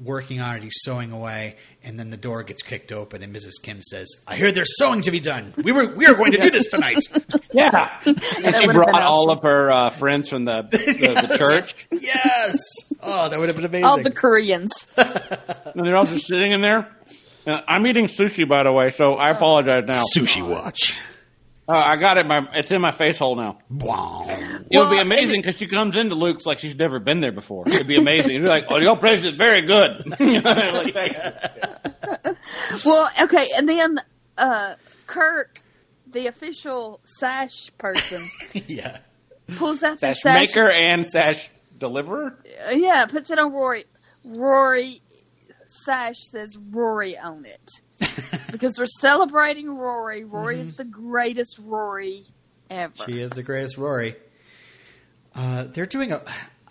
working on it, he's sewing away, and then the door gets kicked open, and Mrs. Kim says, "I hear there's sewing to be done. We were we are going to do this tonight." Yeah, and she would've brought been all awesome. of her uh, friends from the the, the church. yes. Oh, that would have been amazing. All the Koreans. And they're all just sitting in there. Uh, I'm eating sushi, by the way, so I apologize now. Sushi watch. Uh, I got it. My it's in my face hole now. Wow. It would be Well, and- amazing because she comes into Luke's like she's never been there before. It'd be amazing. You'd be like, "Oh, your place is very good." Like, thanks. Well, okay, and then uh, Kirk, the official sash person, Yeah. pulls out sash, the sash. maker and sash deliverer. Uh, yeah, puts it on Rory. Rory sash says Rory on it because we're celebrating Rory. Rory is the greatest Rory ever. Mm-hmm. She is the greatest Rory. Uh, they're doing a.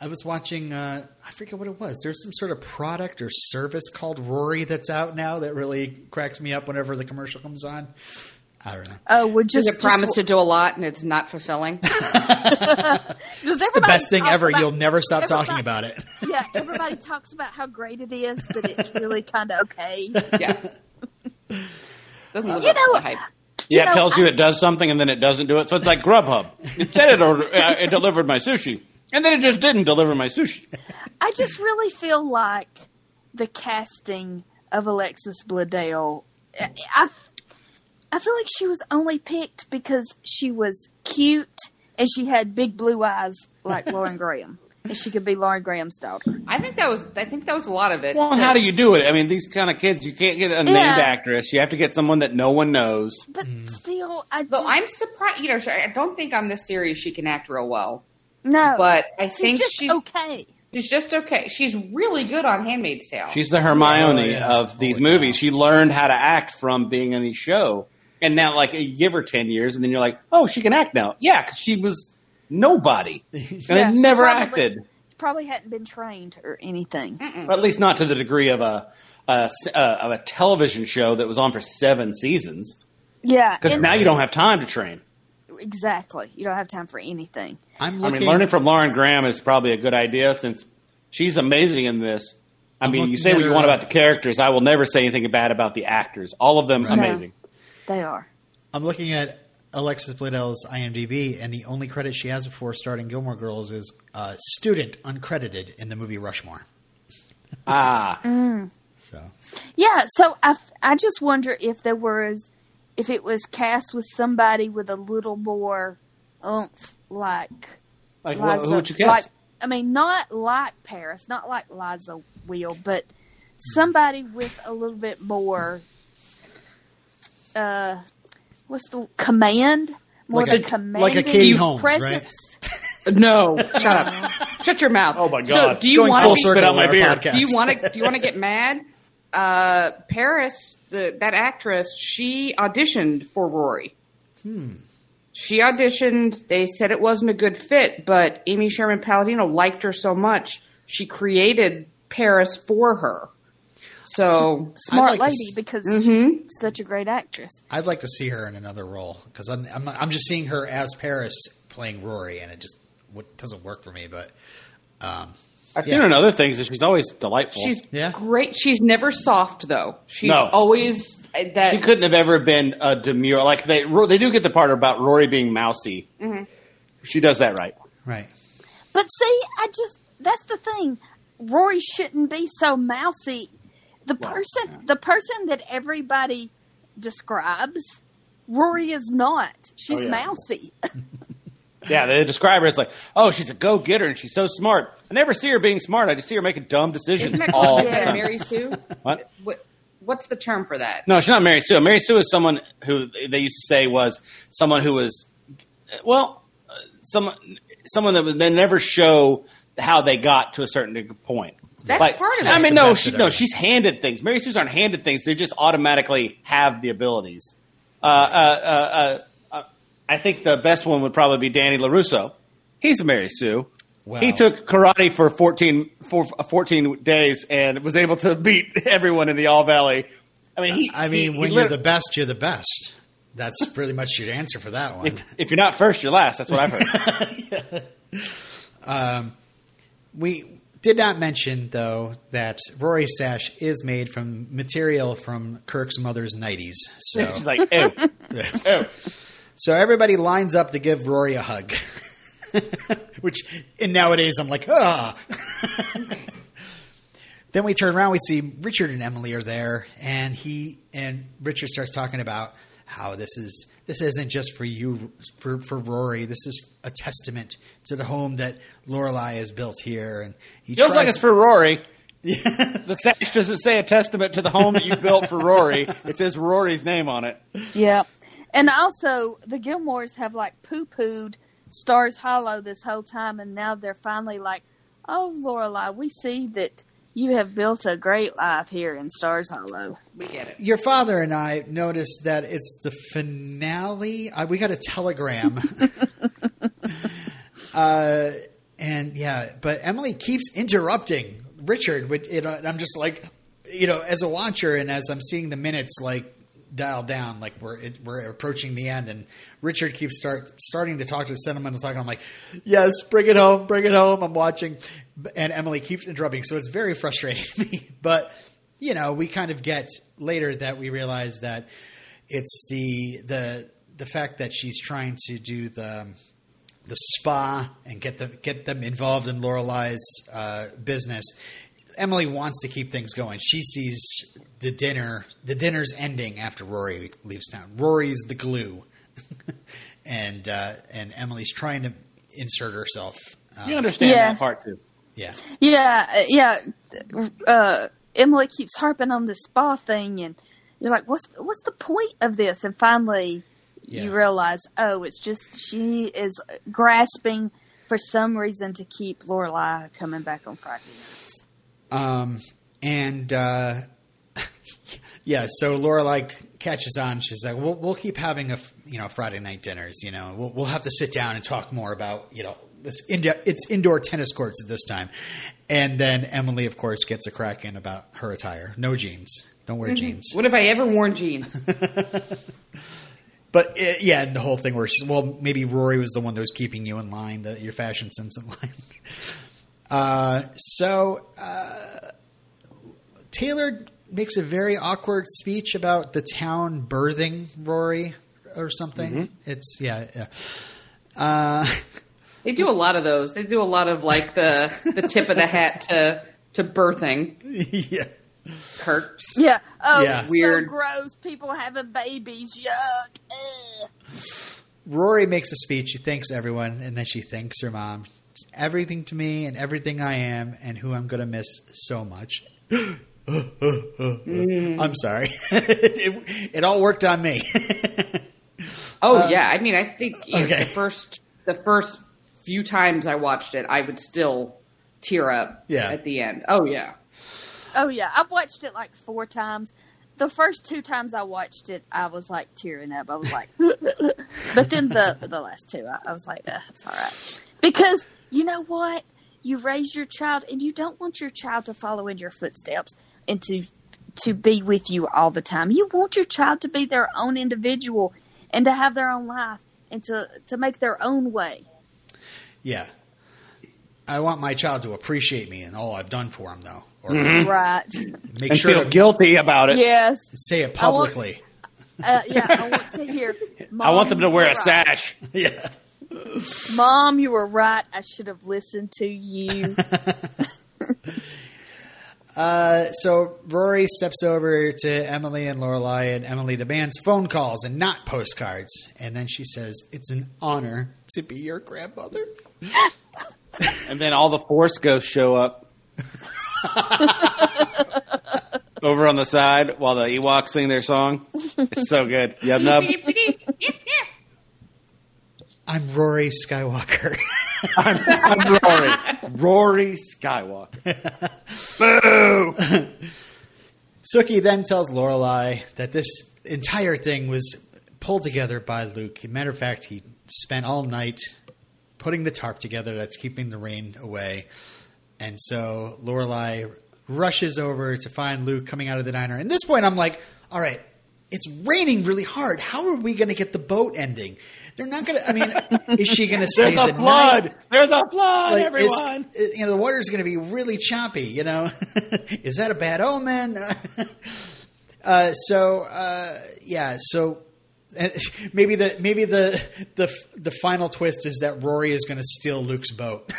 I was watching. Uh, I forget what it was. There's some sort of product or service called Rory that's out now that really cracks me up whenever the commercial comes on. I don't know. Oh, would just, You just- promise to do a lot and it's not fulfilling. Does The everybody best thing talk ever. about- You'll never stop talking everybody- about it. yeah, everybody talks about how great it is, but it's really kind of okay. Yeah. Doesn't live You up to know- the hype. Yeah, know, it tells I- you it does something and then it doesn't do it. So it's like Grubhub. It said it order, uh, it delivered my sushi, and then it just didn't deliver my sushi. I just really feel like the casting of Alexis Bledel. I, I, I feel like she was only picked because she was cute and she had big blue eyes like Lauren Graham, and she could be Lauren Graham's daughter. I think that was I think that was a lot of it. Well, how do you do it? I mean, these kind of kids, you can't get a named Yeah. actress. You have to get someone that no one knows. But still, I Though just- I'm surprised, you know, she- I don't think on this series she can act real well. no, But I she's think just she's okay. she's just okay. She's really good on Handmaid's Tale. She's the Hermione Oh, yeah. of these Oh, yeah. movies. She learned how to act from being on each show, and now like you give her ten years, and then you're like, oh, she can act now. Yeah, 'cause she was nobody and Yeah, had she never probably- acted, Probably hadn't been trained or anything. or at least not to the degree of a, a s- uh, of a television show that was on for seven seasons. Yeah, Because and- now you don't have time to train. exactly. You don't have time for anything. I'm I looking. mean, learning from Lauren Graham is probably a good idea since she's amazing in this. I mean, you looking say at what you her, want uh, about the characters. I will never say anything bad about the actors. All of them No, amazing. they are. I'm looking at Alexis Bledel's IMDb, and the only credit she has before starting Gilmore Girls is uh, student uncredited in the movie Rushmore. Ah, So Yeah, so I, f- I just wonder if there was if it was cast with somebody with a little more oomph, like like wh- Liza, who would you guess? like I mean, not like Paris, not like Liza Wheel, but somebody with a little bit more. Uh, what's the command? More Like a- of like a commanding Katie Holmes, right? presence. no, shut up. Shut your mouth. Oh, my So God. do you Going want full to circle Spit out in my our beer. podcast. do you want to do you want to get mad? Uh, Paris, the that actress, she auditioned for Rory. Hmm. She auditioned. They said it wasn't a good fit, but Amy Sherman Palladino liked her so much she created Paris for her. So I'd Smart like to lady s- because she's such a great actress. I'd like to see her in another role because I'm I'm, not, I'm just seeing her as Paris playing Rory, and it just what doesn't work for me. But um, I've Yeah. seen her in other things, and she's always delightful. she's Yeah. great. She's never soft though. She's No. always uh, that. she couldn't have ever been a demure. Like they, Ro- they do get the part about Rory being mousy. She does that right. right, But see, I just that's the thing. Rory shouldn't be so mousy. The person the person that everybody describes, Rory is not. She's yeah. mousy. Yeah, they describe her as like, oh, she's a go getter and she's so smart. I never see her being smart. I just see her making dumb decisions Isn't that all called the is that a time. Mary Sue? What? What, what's the term for that? No, she's not Mary Sue. Mary Sue is someone who they used to say was someone who was, well, uh, some someone that was, they never show how they got to a certain point. That's part of I it. mean, no, That's the she, best no, of it. she's handed things. Mary Sue's aren't handed things; they just automatically have the abilities. Uh, uh, uh, uh, uh, I think the best one would probably be Danny Larusso. He's a Mary Sue. Wow. He took karate for 14, for 14 days and was able to beat everyone in the All Valley. I mean, he. I he- mean, he when lit- you're the best, you're the best. That's pretty much your answer for that one. if you're not first, you're last. That's what I've heard. We did not mention though that Rory's sash is made from material from Kirk's mother's nighties. So she's like, "Ew, ew." so everybody lines up to give Rory a hug. Which and nowadays I'm like, ah. then we turn around, we see Richard and Emily are there, and he and Richard starts talking about how this is this isn't just for you for for Rory. This is a testament to the home that Lorelai has built here, and he Feels like tries- it's for Rory. the sash doesn't say a testament to the home that you built for Rory. It says Rory's name on it. yeah. And also the Gilmores have like poo pooed Stars Hollow this whole time and now they're finally like, Oh Lorelai, we see that you have built a great life here in Stars Hollow. We get it. your father and I noticed that it's the finale. I, we got a telegram. uh, and yeah, but Emily keeps interrupting Richard. With, you know, and I'm just like, you know, as a watcher and as I'm seeing the minutes like dial down, like we're it, we're approaching the end, and Richard keeps start starting to talk to the sentimental talk. and I'm like, yes, bring it home, bring it home. I'm watching, and Emily keeps interrupting, so it's very frustrating to me. But you know, we kind of get later that we realize that it's the the the fact that she's trying to do the um, the spa and get them get them involved in Lorelai's uh, business. Emily wants to keep things going. She sees the dinner the dinner's ending after Rory leaves town. Rory's the glue, and uh, and Emily's trying to insert herself. Um, You understand Yeah. that part too. yeah, Yeah, uh, yeah. Uh, Emily keeps harping on the spa thing, and you're like, "What's what's the point of this?" And finally, Yeah. you realize, oh, it's just she is grasping for some reason to keep Lorelai coming back on Friday nights. Um, and uh, yeah, so Laura like catches on. She's like, "We'll we'll keep having a f- you know Friday night dinners. You know, we'll we'll have to sit down and talk more about you know this India. It's indoor tennis courts at this time." And then Emily, of course, gets a crack in about her attire. No jeans. Don't wear jeans. What have I ever worn jeans? But uh yeah, and the whole thing where she's well, maybe Rory was the one that was keeping you in line, the, your fashion sense in line. Uh, so uh, Taylor makes a very awkward speech about the town birthing Rory or something. It's yeah, yeah. Uh, They do a lot of those. They do a lot of like the the tip of the hat to to birthing yeah. Kirk's. Yeah. Oh, Yeah. it's So Weird. gross. People having babies. Yuck. Ugh. Rory makes a speech. She thanks everyone, and then she thanks her mom. Everything to me and everything I am, and who I'm going to miss so much. Mm. I'm sorry. it, it all worked on me. Oh yeah, I mean, I think you know, okay. the first the first few times I watched it, I would still tear up Yeah. at the end. Oh yeah. Oh yeah, I've watched it like four times. The first two times I watched it, I was like tearing up. I was like, but then the the last two, I, I was like, "Ugh, it's all right, because you know what? You raise your child, and you don't want your child to follow in your footsteps and to to be with you all the time. You want your child to be their own individual and to have their own life and to to make their own way. Yeah. I want my child to appreciate me and all I've done for him, though. Or Right? make Mm-hmm. and sure feel to guilty about it. yes. say it I want- publicly. Uh, yeah. I want to hear. I want them to wear a sack. sash. yeah. Mom, you were right. I should have listened to you. So Rory steps over to Emily and Lorelai, and Emily demands phone calls and not postcards. And then she says, "It's an honor to be your grandmother." And then all the force ghosts show up over on the side while the Ewoks sing their song. It's so good. Yub nub. I'm Rory Skywalker. I'm Rory. Rory Skywalker. Sookie then tells Lorelai that this entire thing was pulled together by Luke. As a matter of fact, he spent all night putting the tarp together that's keeping the rain away. And so Lorelai rushes over to find Luke coming out of the diner. At this point, I'm like, all right, it's raining really hard. How are we going to get the boat ending? They're not going to. I mean, is she going to stay There's the a night? flood. There's a flood, Like, it's- everyone. it- you know, the water's going to be really choppy. You know, is that a bad omen? uh, so uh, yeah, so and maybe the maybe the the the final twist is that Rory is going to steal Luke's boat.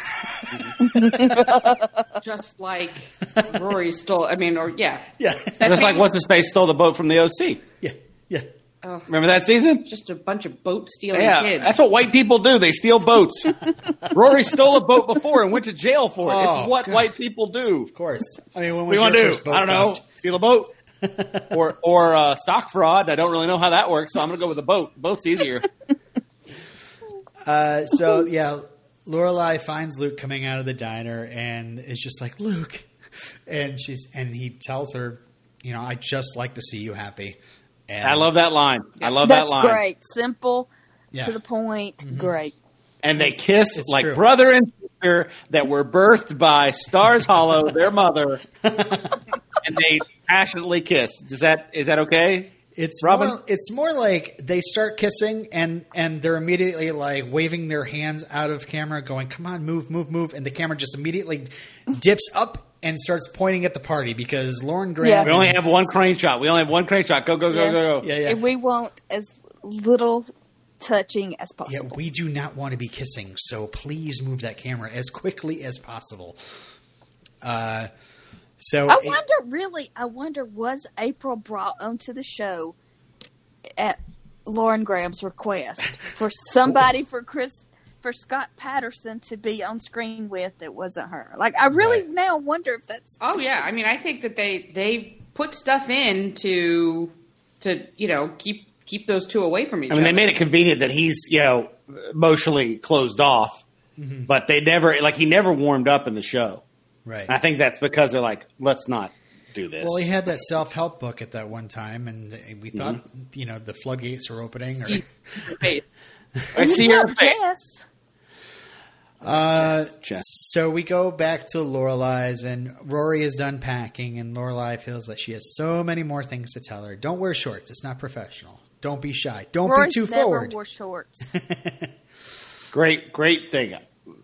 Just like Rory stole I mean, or yeah. yeah, Just like what's the space stole the boat from the OC. yeah, yeah. Oh, Remember that season? just a bunch of boat stealing Yeah, kids. that's what white people do. They steal boats. Rory stole a boat before and went to jail for it. Oh, it's what God. white people do. Of course. I mean, when We was want your to first do. boat I don't know. left? Steal a boat, or or uh, stock fraud. I don't really know how that works, so I'm going to go with a boat. Boat's easier. Uh, so yeah, Lorelai finds Luke coming out of the diner and is just like Luke, and she's and he tells her, you know, I just like to see you happy. And I love that line. I love That's that line. Mm-hmm. great. Simple, Yeah. to the point. Great. And they kiss It's like true. brother and sister that were birthed by Stars Hollow, their mother, and they passionately kiss. Is that is that okay? It's Robin? More, it's more like they start kissing and and they're immediately like waving their hands out of camera, going, "Come on, move, move, move!" And the camera just immediately dips up and starts pointing at the party because Lauren Graham. We only have one crane shot. We only have one crane shot. Go go go Yeah. go go. Yeah, yeah. And we want as little touching as Yeah, possible. we do not want to be kissing, so please move that camera as quickly as possible. Uh, so I it- wonder, really, I wonder, was April brought onto the show at Lauren Graham's request for somebody for Chris for Scott Patterson to be on screen with that wasn't her? Like, I really Right. now wonder if that's Oh yeah, I mean, I think that they they put stuff in to to you know keep keep those two away from each I mean, other. they made it convenient that he's you know emotionally closed off, Mm-hmm. but they never like he never warmed up in the show. right. And I think that's because they're like, let's not do this. well, he had that self help book at that one time, and we thought, Mm-hmm. you know, the floodgates were opening. Or, Hey, I see Yeah, your face. Jess. uh, Jess. So we go back to Lorelai's, and Rory is done packing, and Lorelai feels that she has so many more things to tell her. Don't wear shorts; it's not professional. Don't be shy. Don't Royce be too never forward. wore shorts. Great, great thing.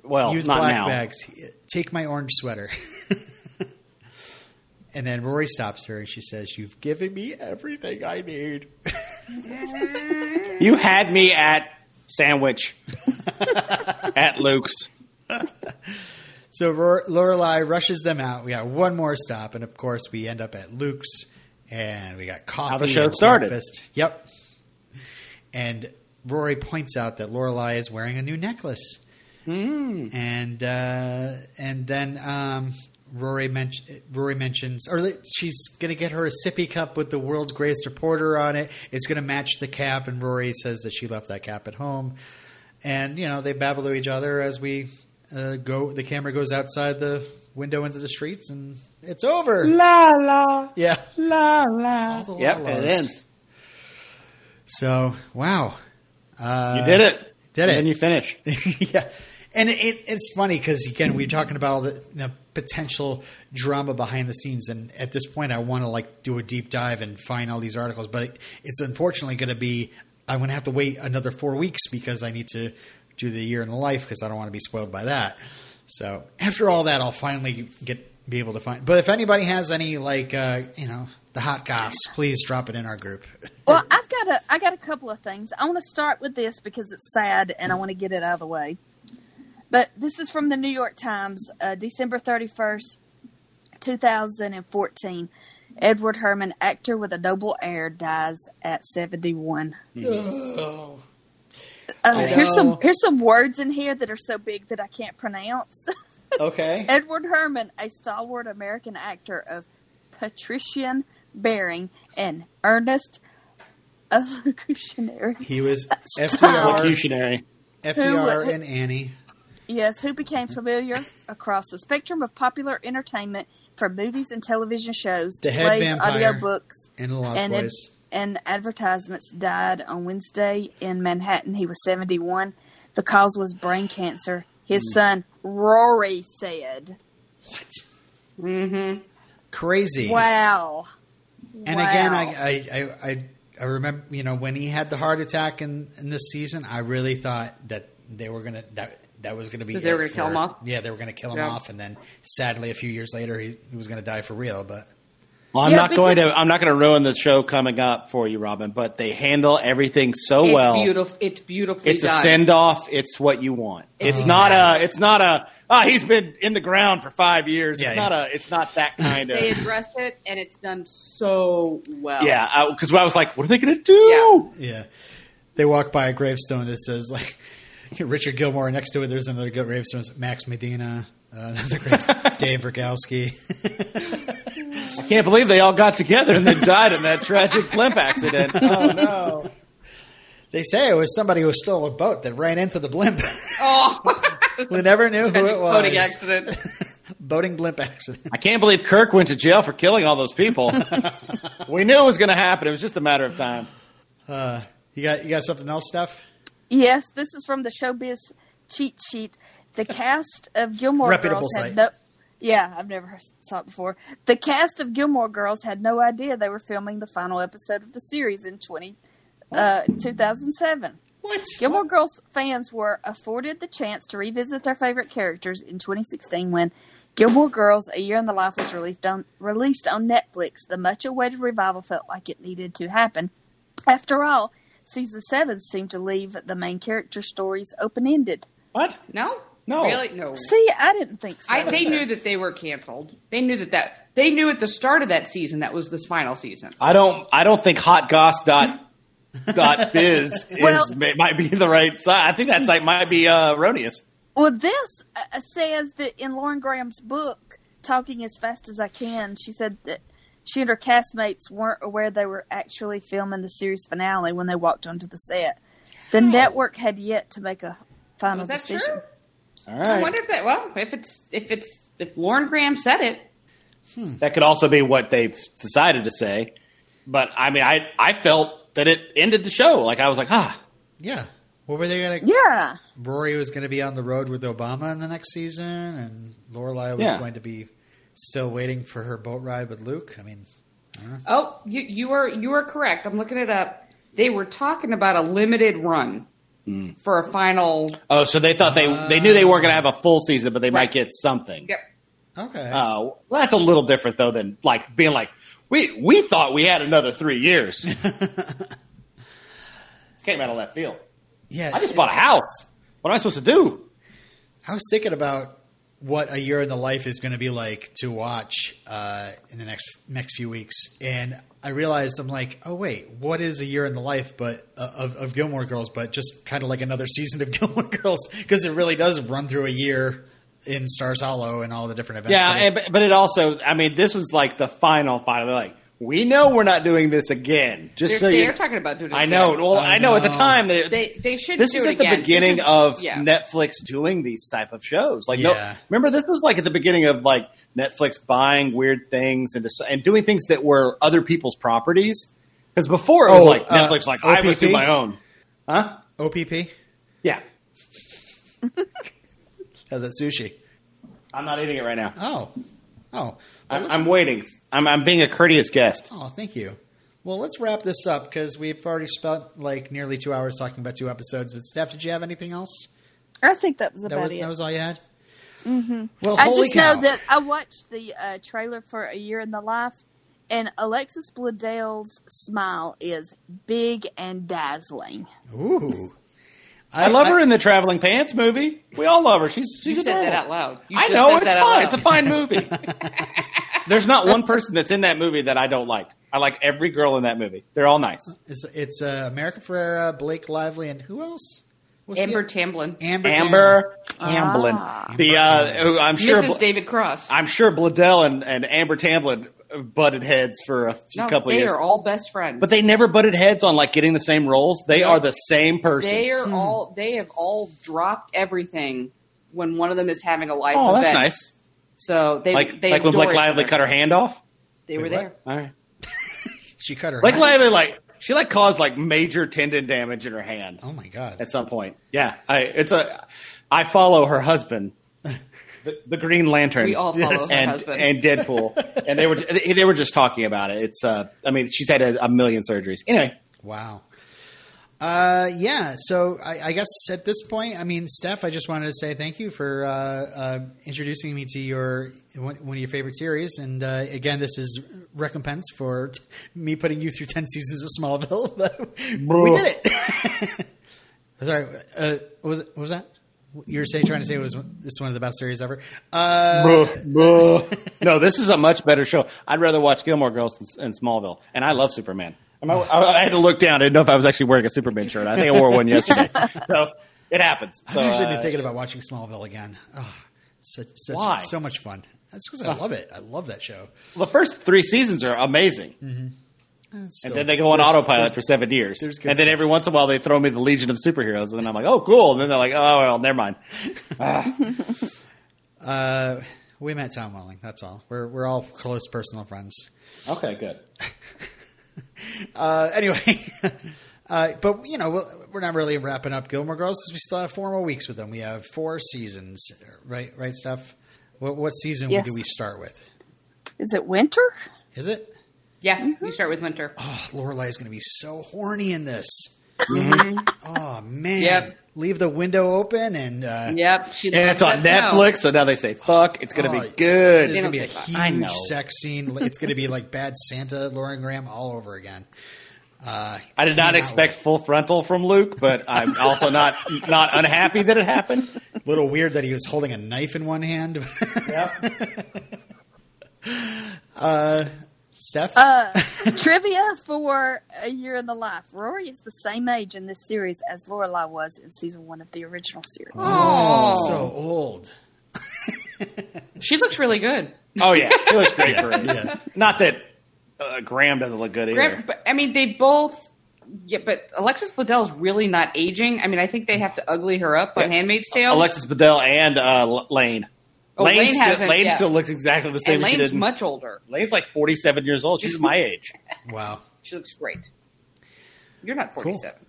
Well, Use not black now. bags. Take my orange sweater. and then Rory stops her, and she says, "You've given me everything I need." You had me at sandwich at Luke's. So Ror- Lorelai rushes them out. We got one more stop, and of course, we end up at Luke's, and we got coffee. the show and started. breakfast. Yep. And Rory points out that Lorelai is wearing a new necklace, Hmm. and uh, and then um, Rory, men- Rory mentions, or that she's going to get her a sippy cup with the world's greatest reporter on it. It's going to match the cap, and Rory says that she left that cap at home. and you know they babble to each other as we uh, go. The camera goes outside the window into the streets, and it's over. La la yeah, la la. All the Yep, la-las. it ends. So wow, uh, You did it. did and it. Then you finish. yeah. And it, it, it's funny because again, we we're talking about all the you know, potential drama behind the scenes, and at this point, I want to like do a deep dive and find all these articles, but it's unfortunately going to be I'm going to have to wait another four weeks because I need to do the year in the life because I don't want to be spoiled by that. So after all that, I'll finally get be able to find. But if anybody has any like uh, you know the hot goss, please drop it in our group. Well, I've got a I got a couple of things. I want to start with this because it's sad and I want to get it out of the way. But this is from the New York Times, uh, December thirty first, two thousand and fourteen. Edward Herman, actor with a noble air, dies at seventy one. Uh, here's some here's some words in here that are so big that I can't pronounce. okay. Edward Herman, a stalwart American actor of patrician bearing and earnest elocutionary. He was E FDR, Stop. Locutionary. FDR, E and Annie. Yes, who became familiar across the spectrum of popular entertainment from movies and television shows The to head plays, vampire audiobooks, and the Lost and, Boys. and advertisements, died on Wednesday in Manhattan. He was 71. The cause was brain cancer. His Mm. son, Rory, said, What? Mm-hmm. Crazy. Wow. And again, I, I, I, I, I remember, you know, when he had the heart attack in, in this season, I really thought that they were gonna that that was gonna be That they it were gonna kill for- him off? Yeah, they were gonna kill him Yeah. off, and then sadly, a few years later, he, he was gonna die for real. But Well, I'm Yeah, not going because- to. I'm not going to ruin the show coming up for you, Robin. But they handle everything so It's well. beautiful. It's beautifully It's a done. send off. It's what you want. It's Oh, not a. It's not a. Ah, he's been in the ground for five years. Yeah, it's yeah. not a. It's not that kind They of. addressed it, and it's done so well. Yeah, because I, was like, what are they going to do? yeah, they walk by a gravestone that says like Richard Gilmore. and Next to it, there's another gravestone. Max Medina, uh, another gravestone, Dave Rogowski. I can't believe they all got together and then died in that tragic blimp accident. Oh no! They say it was somebody who stole a boat that ran into the blimp. Oh, we never knew who it was. boating accident. Boating blimp accident. I can't believe Kirk went to jail for killing all those people. we knew it was going to happen. It was just a matter of time. You got you got something else, Steph? Yes, this is from the Showbiz cheat sheet. The cast of Gilmore Reputable Girls site. had no. Yeah, I've never saw it before. The cast of Gilmore Girls had no idea they were filming the final episode of the series in 20, uh, 2007. What? Gilmore Girls fans were afforded the chance to revisit their favorite characters in 2016 when Gilmore Girls: A Year in the Life was released on released on Netflix. The much-awaited revival felt like it needed to happen. After all, season seven seemed to leave the main character stories open-ended. What? No, No. really, no. See, I didn't think so. I, they knew that they were canceled. They knew that that they knew at the start of that season that was this final season. I don't. I don't think hotgoss dot dot biz is Well- may, might be the right site. I think that site might be uh, erroneous. Well, this uh, says that in Lauren Graham's book, Talking as Fast as I Can, she said that she and her castmates weren't aware they were actually filming the series finale when they walked onto the set. The network had yet to make a final Was that decision. true? All I right, wonder if that. Well, if it's if it's if Lauren Graham said it, that could also be what they've decided to say. But I mean, I I felt that it ended the show. Like I was like, ah, Yeah. What were they gonna? Yeah. Rory was gonna be on the road with Obama in the next season, and Lorelai was Yeah. going to be still waiting for her boat ride with Luke. I mean, oh, you you are you are correct. I'm looking it up. They were talking about a limited run Hmm. for a final. oh, so they thought they they knew they weren't going to have a full season, but they might Right. get something. Yep. okay. Uh, well, that's a little different though than like being like we we thought we had another three years. this came out of left field. yeah. I just bought a house. What am I supposed to do? I was thinking about what a year in the life is going to be like to watch uh, in the next next few weeks, and I realized I'm like, oh wait, what is a year in the life, but uh, of, of Gilmore Girls, but just kind of like another season of Gilmore Girls because it really does run through a year in Stars Hollow and all the different events. Yeah, but it- and, but, but it also, I mean, this was like the final final. They're like, we know we're not doing this again. Just They're, so they're you, talking about doing. it I know. again. Well, I know. at the know. time that it- They they should. this do is it at the again. This beginning is- of yeah. Netflix doing these type of shows. Like, Yeah. no, remember this was like at the beginning of like Netflix buying weird things and dis- and doing things that were other people's properties. Because before it was Oh, like uh, Netflix, like I must do OPP? my own, huh? OPP? Yeah, How's that sushi? I'm not eating it right now. Oh, oh, I'm, I'm waiting. I'm, I'm being a courteous guest. oh, thank you. Well, let's wrap this up because we've already spent like nearly two hours talking about two episodes. But Steph, did you have anything else? I think that was That about was it. that was all you had. Mm-hmm. Well, I holy just cow. know that I watched the uh, trailer for A Year in the Life, and Alexis Bledell's smile is big and dazzling. Ooh, I love her in the Traveling Pants movie. We all love her. She's she's You said that adorable. out loud. You I just know said it's that out fine. loud. It's a fine movie. There's not one person that's in that movie that I don't like. I like every girl in that movie. They're all nice. It's it's uh, America Ferrera, Blake Lively, and who else? What's the- Amber Tamblyn, Amber. Amber Ah. Amblin, the uh, who I'm sure Mrs. Bl- David Cross. I'm sure Bladell and, and Amber Tamblin butted heads for a few no, couple they years, are all best friends. but they never butted heads on like getting the same roles. They are the same person. they are all they have all dropped everything when one of them is having a life oh, event. that's nice. So they Like they like when adore Blake each Lively other. cut her hand off. They were Wait, there. what? All right. She cut her. Blake hand. Lively like she like caused like major tendon damage in her hand. Oh my god. at some point. Yeah, I it's a I follow her husband, the, the Green Lantern. We all follow Yes. her and, husband. and Deadpool, and they were they, they were just talking about it. It's uh, I mean, she's had a, a million surgeries. Anyway, Wow. Uh, yeah. So I, I guess at this point, I mean, Steph, I just wanted to say thank you for uh, uh, introducing me to your one, one of your favorite series. And uh, again, this is recompense for t- me putting you through ten seasons of Smallville. But we Bruh. did it. Sorry. Uh, what was it, what was that? You were say, trying to say it was this is one of the best series ever. Uh, no, this is a much better show. I'd rather watch Gilmore Girls than, than Smallville, and I love Superman. Am I, I, I had to look down. I didn't know if I was actually wearing a Superman shirt. I think I wore one yesterday, so it happens. So I'm actually uh, thinking about watching Smallville again. Oh, such, such, Why? so much fun. That's because I love it. I love that show. the first three seasons are amazing. It's And still- then they go on there's- autopilot for seven years. And there's good then stuff. every once in a while they throw me the Legion of Superheroes. And then I'm like, oh, cool. And then they're like, oh, well, never mind. Uh, we met Tom Welling. That's all. We're we're all close personal friends. Okay, good. Uh, anyway, uh, but you know we'll- we're not really wrapping up Gilmore Girls. 'cause We still have four more weeks with them. We have four seasons, right? Right, Steph. What what season Yes. do we start with? Is it winter? Is it? Yeah, you start with Winter. Oh, Lorelai is going to be so horny in this. Mm-hmm. oh man! Yep. Leave the window open and uh, Yep, she And loves it's on that snow. Netflix. So now they say, fuck, it's going to Oh, be good. There's They gonna don't be a take that. huge I know. sex scene. It's gonna be like Bad Santa, Lauren Graham, all over again. Uh, I did not cannot expect full frontal from Luke, but I'm also not not unhappy that it happened. wait. Little weird that he was holding a knife in one hand. Uh, Steph, Trivia for A Year in the Life. Rory is the same age in this series as Lorelai was in season one of the original series. Oh. so old. Oh. She looks really good. Oh, yeah. It looks great for him. Yeah. Not that uh, Graham doesn't look good either. Gra- But, I mean, they both. Yeah, but Alexis Bledell's really not aging. I mean, I think they have to ugly her up on Yeah. Handmaid's Tale. Alexis Bedell and uh, L- Lane. Oh, Lane still- hasn't, Lane yeah. still looks exactly the same and as she Lane's did. in- much older. Lane's like 47 years old. She's my age. Wow. She looks great. You're not 47.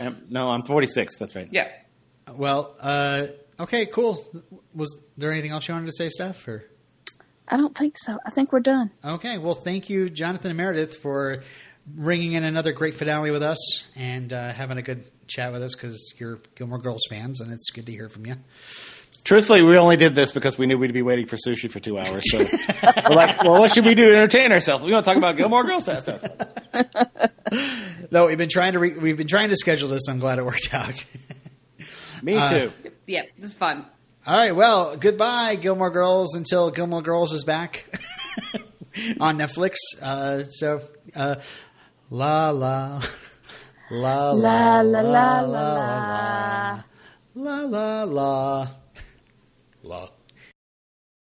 Um, no, I'm 46. That's right. Yeah. Well, uh, okay, cool. Was there anything else you wanted to say, Steph? Or I don't think so. I think we're done. okay, well, thank you, Jonathan and Meredith, for ringing in another great finale with us and uh, having a good chat with us because you're Gilmore Girls fans, and it's good to hear from you. Truthfully, we only did this because we knew we'd be waiting for sushi for two hours. So we're like, well, what should we do to entertain ourselves? We want to talk about Gilmore Girls. That's us. No, we've been trying to re- we've been trying to schedule this. I'm glad it worked out. Me too. Yeah, this is fun. All right, well, goodbye, Gilmore Girls, until Gilmore Girls is back on Netflix. Uh, so, uh, la la. La la La la la la la la la. la la la la.